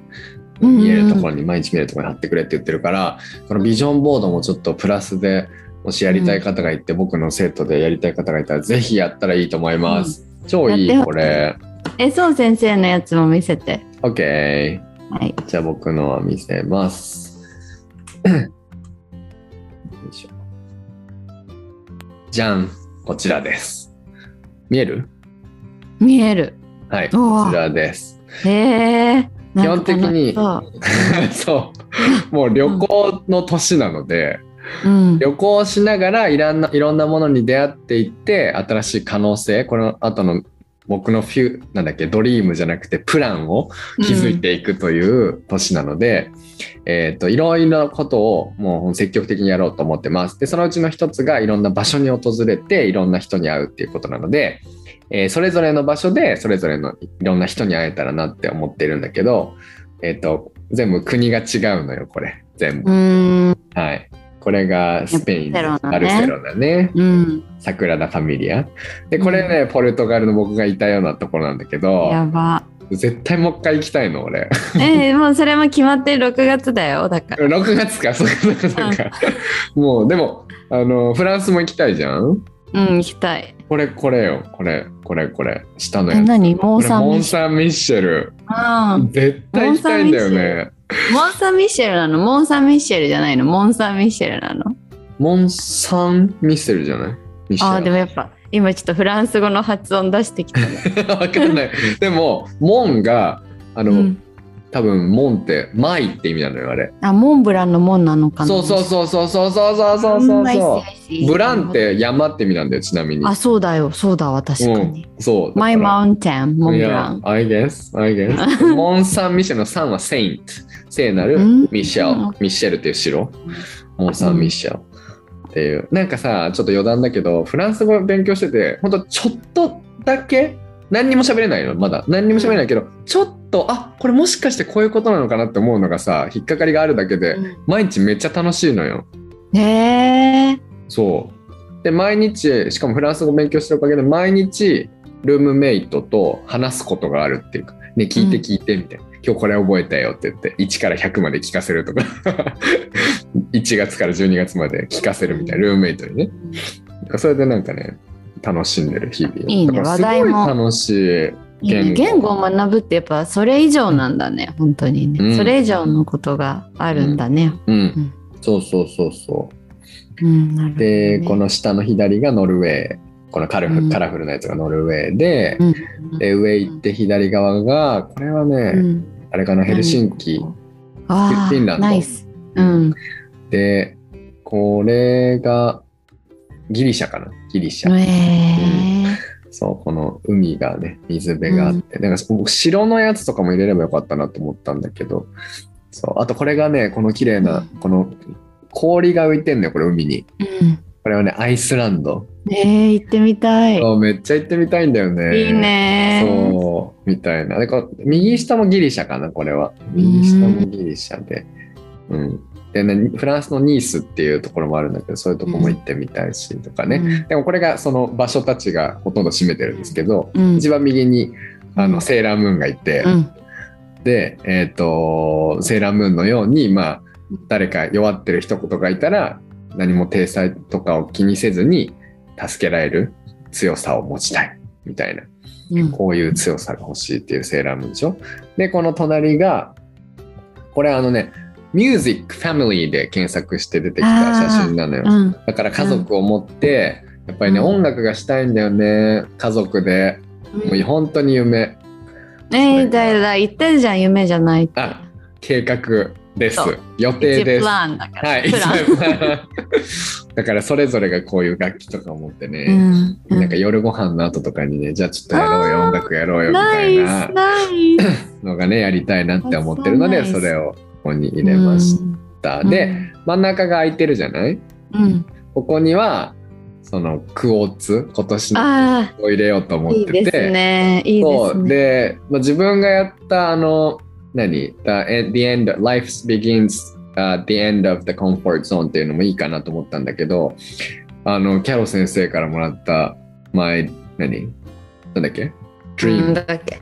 うん
見えるところに毎日見えるところに貼ってくれって言ってるからこのビジョンボードもちょっとプラスでもしやりたい方がいて、僕の生徒でやりたい方がいたらぜひやったらいいと思います、超い
や
い
って
これ
えそう先生のやつも見せて
OK
はい
じゃあ僕のは見せます。 よいしょじゃん、こちらです。見える
見える
はい、
うわ
こちらです。
へえ
基本的に
そう
そう、もう旅行の年なので、
うん、
旅行しながらいらんないろんなものに出会っていって、新しい可能性、この後の僕のフューなんだっけドリームじゃなくてプランを築いていくという年なので、えっといろいろなことをもう積極的にやろうと思ってますでそのうちの一つがいろんな場所に訪れていろんな人に会うっていうことなので、えーそれぞれの場所でそれぞれのいろんな人に会えたらなって思ってるんだけど、えっと全部国が違うのよこれ全部、
うん
はいこれがスペインのバル
バル
セ
セ
ロナね
うん
サグラダ・ファミリアでこれね、ポルトガルの僕がいたようなところなんだけど
や ば
絶対もう一回行きたいの俺
えー、もうそれも決まって6月だよだから
6月かそうかそうかそうかもうでもあのフランスも行きたいじゃん
うん行きたい
これこれよこれこれこれ下の
え
やつ
何モーサン
これモン
ミシ
サ
ェ
ン・ミッシェル
ルうん
絶対行きたいんだよね
モンサンミシェルなのモンサンミシェルじゃないのモンサンミシェルなの
モンサン・ミッシェルじゃないミッシェル
あーでもやっぱ今ちょっとフランス語の発音 出してきたね
わかんないでもモンがあの、
うん
多分モンってマイって意味なのよあれ
あモンブランのモンなのかな
そうそうそうそうそうそうそうそうそうそ
そう
ブランって山って意味なんだよちなみに
あそうだよそうだわ確かに、
うん、そう
マイ
ン
マウンテンモンブラン
I guess I guess モン・サン・ミシェルのサンはセイント聖なる
うん
ミシェルミシェルっていう城モン・サン・ミシェルっていうなんかさちょっと余談だけどフランス語勉強しててほんとちょっとだけ何にも喋れないのまだ何にも喋れないけどちょっとあこれもしかしてこういうことなのかなって思うのがさ引っかかりがあるだけで毎日めっちゃ楽しいのよ
うんへえ
そう。で、毎日、しかもフランス語勉強してるおかげで、毎日、ルームメイトと話すことがあるっていうか、ね、聞いて
うん
聞いてみたいな、今日これ覚えたよって言って、1から100まで聞かせるとか、1月から12月まで聞かせるみたいな、ルームメイトにね。それでなんかね、楽しんでる日々。
いいね
だから
話題も
すごい楽しい。言語
言語を学ぶってやっぱそれ以上なんだね本当にね、
うん
それ以上のことがあるんだね、
うん。
ん
そうそうそうそう。
うんなるほどね
で、この下の左がノルウェー。このカルフ、
うん
カラフルなやつがノルウェーで、
うん
で上行って左側がこれはね、
うん
あれかなヘルシンキ
あ
フィンラン
ー
ド
ナイスうん
でこれがギリシャかなギリシャ、
えー
そうこの海がね水辺があって、なんか僕城のやつとかも入れればよかったなと思ったんだけどそうあとこれがねこの綺麗な
うん
この氷が浮いてんのよこれ海に
うん
これはねアイスランド、
えー行ってみたい
そうめっちゃ行ってみたいんだよね
いいね
そうみたいなでこう右下もギリシャかなこれは右下もギリシャで、うんでね、フランスのニースっていうところもあるんだけどそういうとこも行ってみたいしとかね、
ね、
でもこれがその場所たちがほとんど占めてるんですけど、
うん、
一番右にあ
う
の
ん
セーラームーンがいて、
うん
で、えっとセーラームーンのように、まあ、誰か弱ってる人とかいたら何も体裁とかを気にせずに助けられる強さを持ちたいみたいな
うん
こういう強さが欲しいっていうセーラームーンでしょ。で、この隣が、これあのね、ミュージックファミリーで検索して出てきた写真なのよ。
うん
だから家族を持って、やっぱりね、
うん
音楽がしたいんだよね、家族で。もう本当に夢。
えー、だいだい言ってるじゃん夢じゃないって
あ、計画です
そう。
予定
一
で
プ
す。は
ランだから、
い、
プラン、
だからそれぞれがこういう楽器とかを持ってね、
うんう
なんか夜ご飯の後とかにね、じゃあちょっとやろうよ、
あー
音楽やろうよみ
ナ
た
イ
い
ス
な。
ナイス
のがねやりたいなって思ってるので
あそ
そ
うなんです
れをここに入れまし
う
た、
ん
で真ん中が空いてるじゃない
うん、
ここにはそのクォーツ今年の
あ
を入れようと思
あ
っ
いい
てて
ですねいいで
そ
す
う
ね
で、まあ、自分がやったあの何 the, the end life begins at the end of the comfort zone っていうのもいいかなと思ったんだけどあのキャロ先生からもらった my 何なんだっけ
う
dream
んだっけ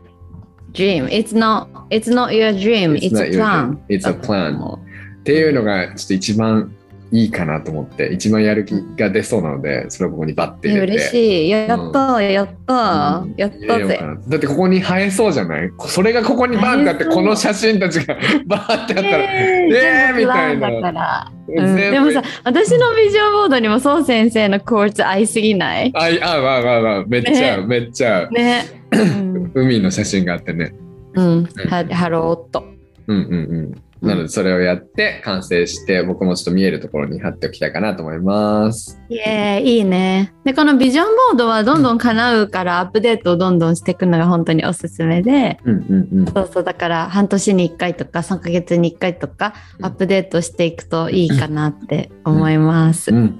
Dream it's not it's not your dream it's,
not
a
your
plan
dream. It's a plan っていうのがちょっと一番いいかなと思って一番やる気が出そうなのでそれをここにバッて
え
入れて
嬉しいやった、やった、
うん
やっ
入れ
た
ようか
ぜ
なだってここに生えそうじゃないこそれがここにバーンってあって
生えそ
こ
う
の写真たちが バーンってあったら、えー
全部
み
プ
た
ラ
い
ン
な
だから、う
全
ん、
部
でもさ私のビジョンボードにもそう先生のコーツ合いすぎない
あいあわあわあわめっちゃ、めっちゃ
ね、うん
海の写真があってね
うん、はハローっと
うんうんうんなので、それをやって完成して、僕もちょっと見えるところに貼っておきたいかなと思います。
いえいいね。で、このビジョンボードはどんどん叶うからアップデートをどんどんしていくのが本当におすすめで、
うんうんうん。
そうそう、だから半年に1回とか3ヶ月に1回とか
うん
アップデートしていくといいかなって思います。
うん。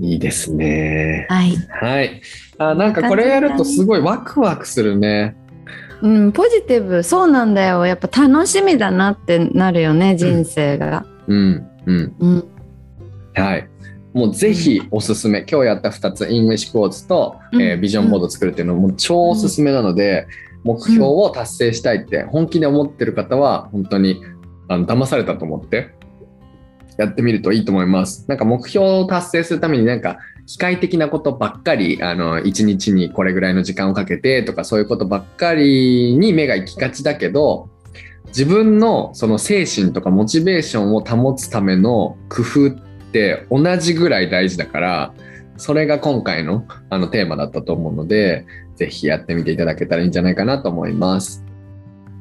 いいですね。
はい。
はい。あ、なんかこれやるとすごいワクワクするね。
うん、ポジティブ、そうなんだよ。やっぱ楽しみだなってなるよね、人生が。
うん。うん。
うん。
はい。もうぜひおすすめ。今日やった2つ、イングリッシュコーツと、
うん
えービジョンボード作るっていうのもう超おすすめなので、目標を達成したいって本気で思ってる方は、本当にあの騙されたと思って。やってみるといいと思います。なんか目標を達成するためになんか機械的なことばっかり、あの、一日にこれぐらいの時間をかけてとかそういうことばっかりに目が行きがちだけど、自分のその精神とかモチベーションを保つための工夫って同じぐらい大事だから、それが今回のあのテーマだったと思うので、ぜひやってみていただけたらいいんじゃないかなと思います。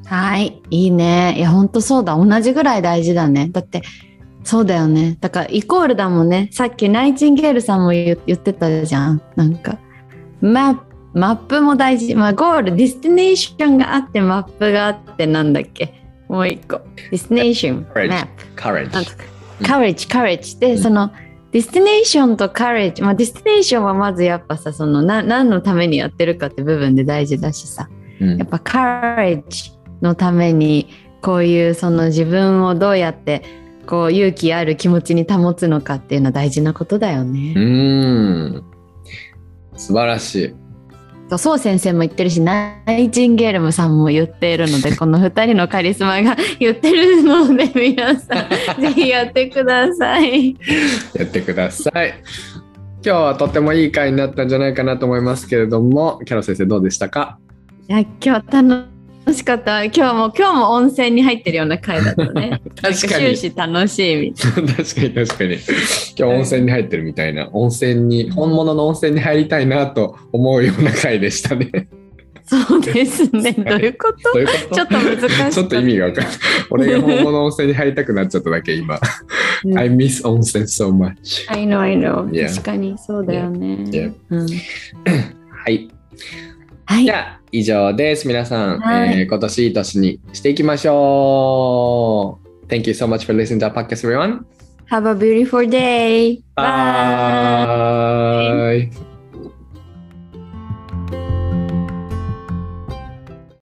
はい、いいね。いや、ほんとそうだ。同じぐらい大事だね。だって、そうだよね。だから、イコールだもんね。さっき、ナイチンゲールさんも言う言ってたじゃん。なんか、マップ、マップも大事。まあ、ゴール、ディスティネーションがあって、マップがあって、なんだっけ。もう一個。ディスティネーション、マ
Courage
ップ。
Courage。
なんか
うん
カレッジ、カレッジ。
うん
で、その、ディスティネーションとカレッジ、まあ、ディスティネーションはまずやっぱさ、その、な何のためにやってるかって部分で大事だしさ。
うん
やっぱ courage のためにこういうその自分をどうやってこう勇気ある気持ちに保つのかっていうのは大事なことだよ
う
ね。
ーん。素晴らしい。
そう先生も言ってるしナイチンゲールムさんも言っている のでこの2人のカリスマが言ってるので皆さ んぜひやってください。
やってください。今日はとてもいい回になったんじゃないかなと思いますけれども、キャロ先生どうでしたか
いや今日楽しかった今日も今日も温泉に入ってるような回だったねな ん
確かに
終。始楽しいみたい
確かに確かに。今日温泉に入ってるみたいな、温泉に、本物の温泉に入りたいなと思うような回でしたね。
なそうですねどういうこと
どういうこと
ちょっと難しかった
ちょっと意味がわかんない。俺が本物の温泉に入りたくなっちゃっただけ、今。
うん
I miss 温泉 so much.
I know, I know.
Yeah.
確かにそうだよね。
Yeah.
うん、
はい。
はい
じ。ゃあ、以上です。皆さん、
はい
えー今年いい年にしていきましょう。Thank you so much for listening to our podcast, everyone.
Have a beautiful day.
Bye.